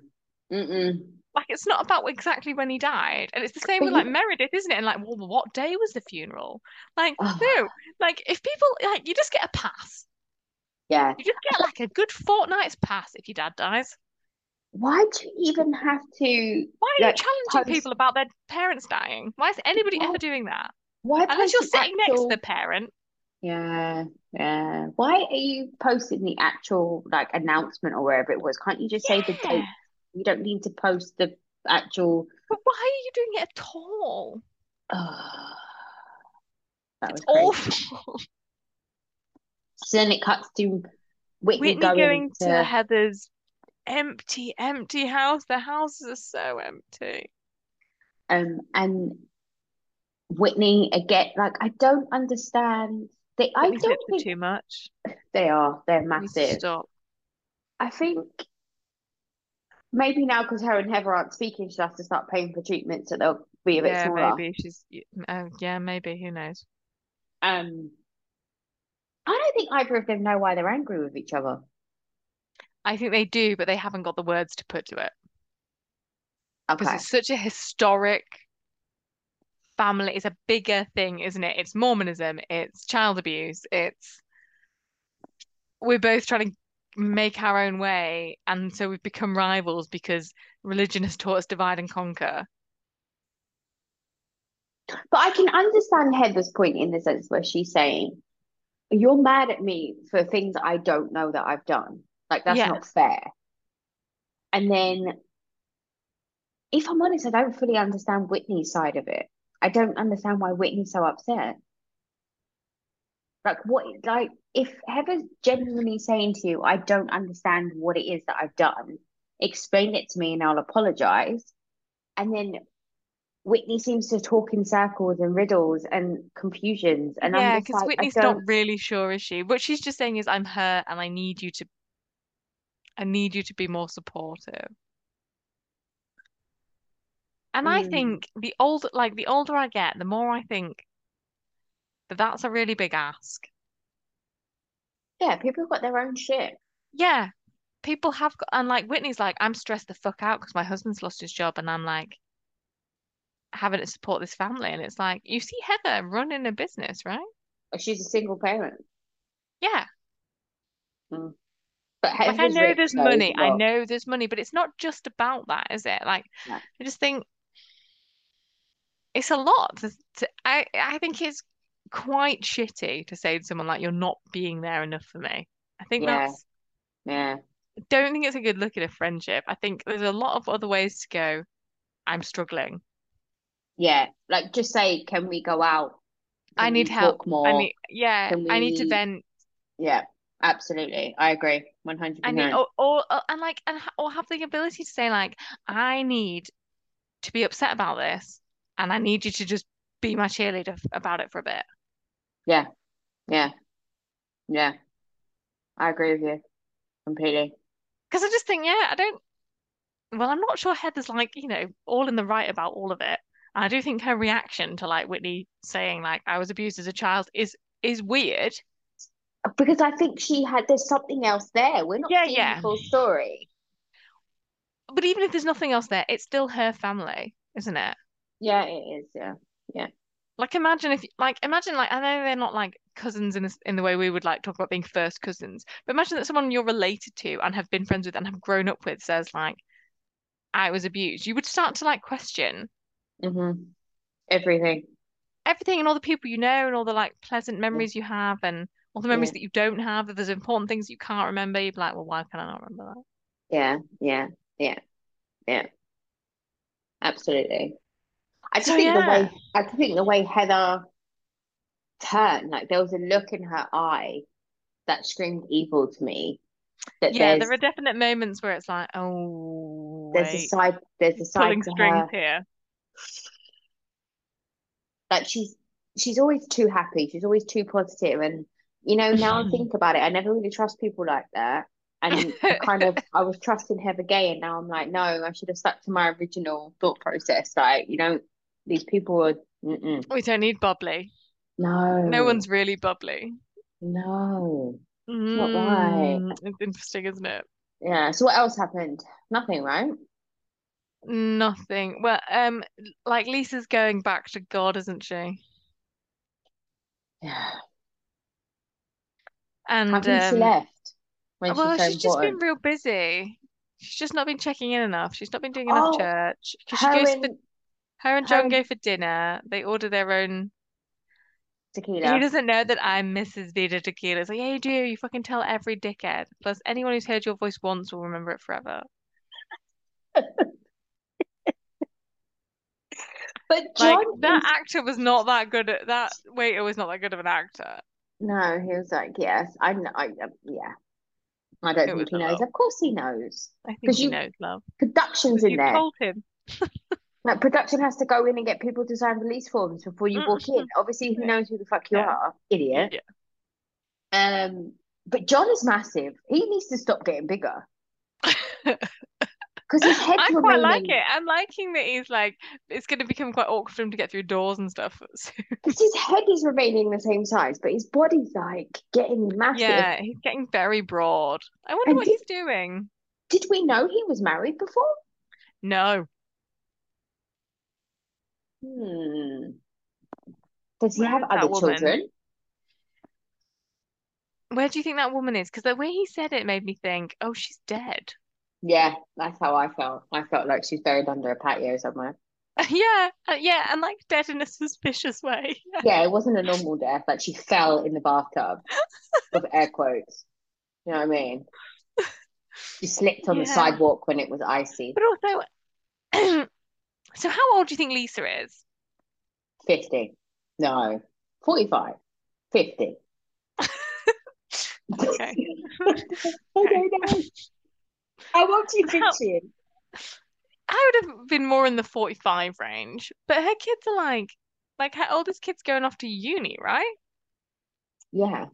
S1: Mm-mm.
S2: Like it's not about exactly when he died. And it's the same
S1: But
S2: with like
S1: you-
S2: Meredith, isn't it? And like, well, what day was the funeral? Like,
S1: Ugh.
S2: no. Like if people like you just get a pass.
S1: Yeah.
S2: You just get like a good fortnight's pass if your dad dies.
S1: Why do you even have to
S2: Why are you
S1: like
S2: challenging
S1: post-
S2: people about their parents dying? Why is anybody ever doing that?
S1: why
S2: Unless you're
S1: post the
S2: sitting next to
S1: actual-
S2: the parent.
S1: Yeah, yeah. Why are you posting the actual like announcement or wherever it was? Can't you just say the
S2: Yeah.
S1: date? You don't need to post the actual.
S2: But why are you doing it at all?
S1: Oh, that
S2: It's
S1: was crazy.
S2: awful.
S1: So then it cuts to
S2: Whitney
S1: Whitney going
S2: going to
S1: to-
S2: Heather's empty, empty house. Their houses are so empty.
S1: um and Whitney again. Like I don't understand. They I
S2: Whitney
S1: don't
S2: clips are
S1: think
S2: too much.
S1: they are. They're
S2: We need to
S1: massive.
S2: Stop.
S1: I think maybe now because her and Heather aren't speaking, she'll have to start paying for treatment, so they'll be a bit
S2: Yeah,
S1: smaller.
S2: maybe she's. Oh, yeah, maybe. Who knows?
S1: Um, I don't think either of them know why they're angry with each other.
S2: I think they do, but they haven't got the words to put to it. because
S1: Okay.
S2: it's such a historic family. It's a bigger thing, isn't it? It's Mormonism, it's child abuse, it's we're both trying to make our own way, and so we've become rivals because religion has taught us divide and conquer.
S1: But I can understand Heather's point in the sense where she's saying, You're mad at me for things I don't know that I've done. Like, that's not
S2: Yes.
S1: fair. And then, if I'm honest, I don't fully understand Whitney's side of it. I don't understand why Whitney's so upset. Like, what, like, if Heather's genuinely saying to you, I don't understand what it is that I've done, explain it to me and I'll apologize. And then Whitney seems to talk in circles and riddles and confusions. And I'm
S2: Yeah,
S1: just
S2: because
S1: like, I
S2: Whitney's not
S1: don't,
S2: really sure, is she? What she's just saying is, I'm hurt, and I need you to, I need you to be more supportive. And I
S1: mm,
S2: think the older, like the older I get, the more I think that that's a really big ask.
S1: yeah, people have got their own shit.
S2: Yeah, people have got, and like Whitney's like, I'm stressed the fuck out because my husband's lost his job, and I'm like having to support this family, and it's like you see Heather running a business, right?
S1: She's a single parent.
S2: Yeah,
S1: Mm. But
S2: like I
S1: Heather's
S2: know
S1: rich
S2: there's
S1: though,
S2: money,
S1: isn't
S2: I
S1: Rob?
S2: know there's money, but it's not just about that, is it? Like
S1: No.
S2: I just think it's a lot. To, to, I I think it's quite shitty to say to someone like you're not being there enough for me. I think
S1: Yeah,
S2: that's.
S1: yeah.
S2: don't think it's a good look at a friendship. I think there's a lot of other ways to go. I'm struggling.
S1: Yeah, like just say, can we go out?
S2: I
S1: Can
S2: need
S1: we
S2: help.
S1: talk
S2: I
S1: more?
S2: need, yeah,
S1: Can
S2: I need to
S1: we?
S2: vent.
S1: Yeah, absolutely. I agree,
S2: I need,
S1: 100%.
S2: or, or, or- and like, and ha- or have the ability to say, like, I need to be upset about this, and I need you to just be my cheerleader f- about it for a bit.
S1: Yeah, yeah, yeah. I agree with you completely.
S2: Because I just think, yeah, I don't, well, I'm not sure Heather's like, you know, all in the right about all of it. And I do think her reaction to like Whitney saying, like, I was abused as a child is is weird.
S1: Because I think she had, there's something else there. We're not
S2: Yeah,
S1: seeing the
S2: yeah.
S1: full story.
S2: But even if there's nothing else there, it's still her family, isn't it?
S1: Yeah, it is. Yeah, yeah,
S2: Like imagine if like imagine like I know they're not like cousins in this, in the way we would like talk about being first cousins, but imagine that someone you're related to and have been friends with and have grown up with says like I was abused. You would start to like question
S1: hmm Everything.
S2: everything and all the people you know and all the like pleasant
S1: Yeah,
S2: memories you have and all the memories
S1: yeah,
S2: that you don't have. That there's important things you can't remember. You'd be like, well, why can I not remember that?
S1: yeah, yeah, yeah, yeah. Absolutely. I
S2: So
S1: just think the
S2: yeah,
S1: way, I just think the way Heather turned, like there was a look in her eye that screamed evil to me. That
S2: yeah, there
S1: there's
S2: are definite moments where it's like, oh
S1: there's a
S2: wait,
S1: side there's a
S2: she's
S1: side
S2: pulling
S1: to
S2: strings
S1: her
S2: here.
S1: like she's she's always too happy. She's always too positive, and you know now I think about it, I never really trust people like that. And I kind of I was trusting Heather Gay, and now I'm like, no, I should have stuck to my original thought process. Like you know, these people are mm-mm.
S2: We don't need bubbly. No
S1: no,
S2: one's really bubbly.
S1: no, it's not right.
S2: Mm, it's interesting, isn't it?
S1: Yeah. So what else happened? Nothing, right?
S2: Nothing. Well, um, like Lisa's going back to God, isn't she?
S1: Yeah. How
S2: And
S1: come she
S2: um,
S1: left when she's
S2: well,
S1: so
S2: she's just been
S1: important?
S2: real busy. She's just not been checking in enough. She's not been doing enough
S1: Oh,
S2: church because she
S1: her
S2: goes for
S1: and
S2: her and
S1: her
S2: John
S1: and
S2: go for dinner. They order their own. He
S1: tequila.
S2: doesn't know that I'm Mrs. Vita Tequila. It's like, yeah, you do. You fucking tell every dickhead. Plus, anyone who's heard your voice once will remember it forever.
S1: But John
S2: Like that
S1: is
S2: actor was not that good at that waiter was not that good of an actor.
S1: no, he was like, yes, I, kn- I, uh, yeah, I don't
S2: It
S1: think
S2: was
S1: he
S2: a
S1: knows.
S2: lot.
S1: Of course he knows,
S2: I think
S1: because
S2: he
S1: you
S2: knows love
S1: production's
S2: because
S1: in
S2: you
S1: there.
S2: told him.
S1: Like production has to go in and get people to sign release forms before you walk in.
S2: Mm-mm.
S1: Obviously, he
S2: Mm-hmm. Yeah,
S1: knows who the fuck you
S2: yeah,
S1: are, idiot.
S2: yeah.
S1: Um, but John is massive. He needs to stop getting bigger because his head's
S2: I quite like
S1: remaining.
S2: it. I'm liking that he's like it's going to become quite awkward for him to get through doors and stuff. So,
S1: Because his head is remaining the same size, but his body's like getting massive.
S2: yeah, he's getting very broad. I wonder
S1: And
S2: what
S1: did
S2: he's doing.
S1: did we know he was married before?
S2: No,
S1: Hmm. Does he
S2: where
S1: have
S2: is
S1: other
S2: that woman?
S1: children?
S2: Where do you think that woman is? Because the way he said it made me think, oh, she's dead.
S1: Yeah, that's how I felt. I felt like she's buried under a patio somewhere.
S2: yeah, uh, yeah, and like dead in a suspicious way. Yeah.
S1: Yeah, it wasn't a normal death. Like she fell in the bathtub, with air quotes. You know what I mean? She slipped on the
S2: Yeah.
S1: sidewalk when it was icy.
S2: But also, so how old do you think Lisa is?
S1: 50. No, 45. 50.
S2: Okay.
S1: I don't know. How old do you think
S2: How-
S1: she is?
S2: I would have been more in the 45 range, but her kids are like, like her oldest kid's going off to uni, right?
S1: Yeah.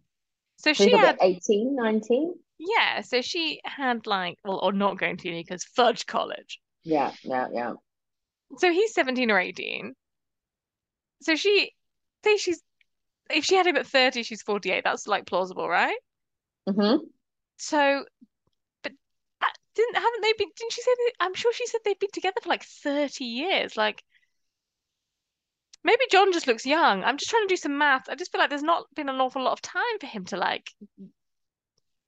S2: So
S1: She
S2: she had,
S1: 18, 19?
S2: yeah, so she had like, well, or not going to uni because fudge college.
S1: Yeah, yeah, yeah.
S2: So he's 17 or 18. So she, say she's, if she had him at 30, she's 48. That's like plausible, right?
S1: Mm-hmm.
S2: So, but uh, didn't, haven't they been, didn't she say that, I'm sure she said they've been together for like 30 years. Like, Maybe John just looks young. I'm just trying to do some math. I just feel like there's not been an awful lot of time for him to like.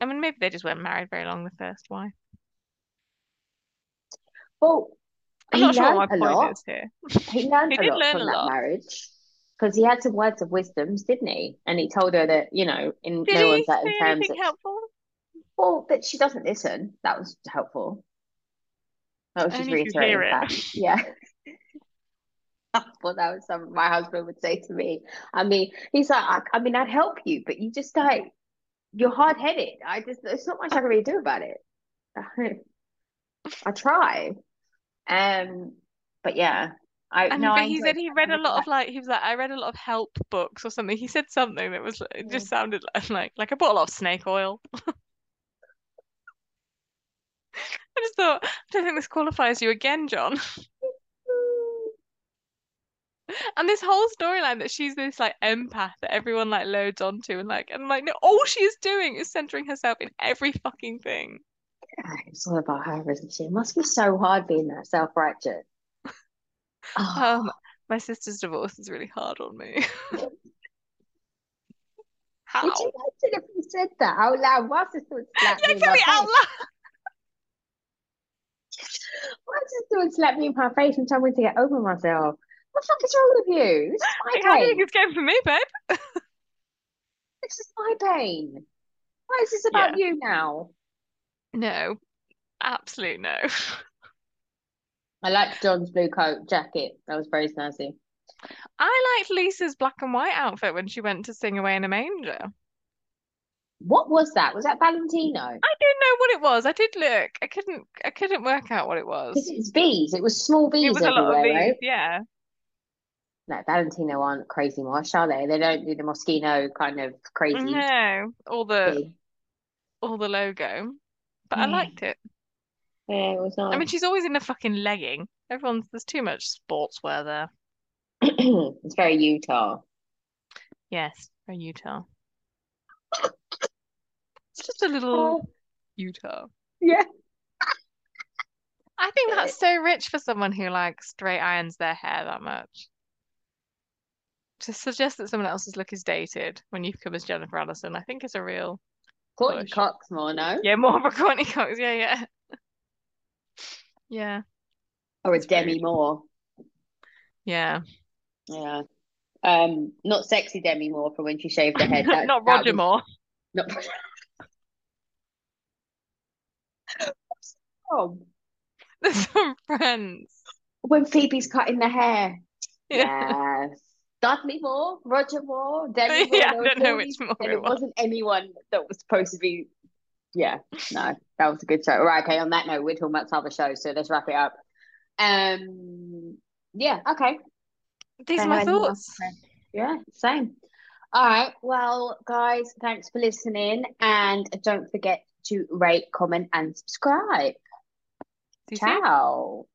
S2: I mean, maybe they just weren't married very long the first wife.
S1: Well,
S2: I'm
S1: he
S2: not sure what my
S1: learned a
S2: point
S1: lot.
S2: is here.
S1: He learned
S2: He
S1: a
S2: did
S1: lot
S2: learn
S1: from
S2: a
S1: that
S2: lot.
S1: marriage because he had some words of wisdoms, didn't he? And he told her that, you know, in
S2: Did
S1: no
S2: he
S1: uncertain
S2: say
S1: terms,
S2: anything
S1: it's
S2: helpful?
S1: well, that she doesn't listen. That was helpful. That was just
S2: Only if you hear
S1: reiterating
S2: it.
S1: fact. Yeah. Well, that was something my husband would say to me. I mean, he's like, I, I mean, I'd help you, but you just like, you're hard headed. I just, there's not much I can really do about it. I try. Um, but yeah, I
S2: And
S1: no, I
S2: but he
S1: enjoyed
S2: said he
S1: that.
S2: read
S1: I
S2: a
S1: really
S2: lot of like
S1: liked
S2: he was like I read a lot of help books or something. He said something that was like, it
S1: it.
S2: just sounded like like, like I bought a lot of snake oil. I just thought I don't think this qualifies you again, John. And this whole storyline that she's this like empath that everyone like loads onto and like and like no all she is doing is centering herself in every fucking thing.
S1: Yeah, It's all about her, isn't she? It must be so hard being that self-righteous. Oh,
S2: Um, my sister's divorce is really hard on me.
S1: would you
S2: How?
S1: imagine if you said that out loud? My sister would slap
S2: Yeah,
S1: me in my
S2: probably out
S1: face.
S2: loud.
S1: My sister would slap me in my face and tell me to get over myself. What the fuck is wrong with you? This is
S2: Like,
S1: my
S2: how do you
S1: pain.
S2: think it's going for me, babe?
S1: This is my pain. Why is this about
S2: Yeah.
S1: you now?
S2: No, absolute no.
S1: I liked John's blue coat jacket. That was very snazzy.
S2: I liked Lisa's black and white outfit when she went to sing away in a manger.
S1: What was that? Was that Valentino?
S2: I didn't know what it was. I did look. I couldn't I couldn't work out what it
S1: Because
S2: was.
S1: it's bees. It was small
S2: It
S1: bees
S2: was a lot of
S1: everywhere,
S2: these,
S1: right?
S2: yeah.
S1: No, Valentino aren't crazy much, are they? They don't do the Moschino kind of crazy
S2: No, Mm-hmm. all the
S1: thing.
S2: all the logo, but I
S1: Yeah,
S2: liked it.
S1: yeah, it was
S2: I mean,
S1: nice.
S2: she's always in a fucking legging. Everyone's there's too much sportswear there.
S1: It's very Utah.
S2: Yes, for Utah. It's just a little
S1: Oh,
S2: Utah.
S1: yeah.
S2: I think that's so rich for someone who like straight irons their hair that much. To suggest that someone else's look is dated when you've come as Jennifer Aniston, I think is a real
S1: Courtney
S2: push.
S1: Cox more, no?
S2: Oh, Yeah, more of a Courtney Cox. Yeah, yeah, yeah.
S1: Or a
S2: It's
S1: Demi
S2: rude.
S1: Moore.
S2: Yeah,
S1: Yeah. Um, not sexy Demi Moore from when she shaved her head. That
S2: not
S1: that
S2: Roger
S1: was
S2: Moore.
S1: not from
S2: There's some friends.
S1: Oh, when Phoebe's cutting the hair.
S2: Yeah.
S1: Yes. Dudley Moore, Roger Moore, Demi Moore,
S2: Yeah,
S1: there
S2: I
S1: was
S2: don't know
S1: all
S2: which
S1: these
S2: more
S1: and
S2: it
S1: it
S2: was.
S1: wasn't anyone that was supposed to be yeah, no, that was a good show. All right, okay, on that note, we're talking about other shows, so let's wrap it up. Um yeah, okay.
S2: These are
S1: Don't have
S2: my
S1: anything else
S2: thoughts.
S1: to say. Yeah, same. All right. Well, guys, thanks for listening. And don't forget to rate, comment, and subscribe.
S2: See you soon.
S1: Ciao.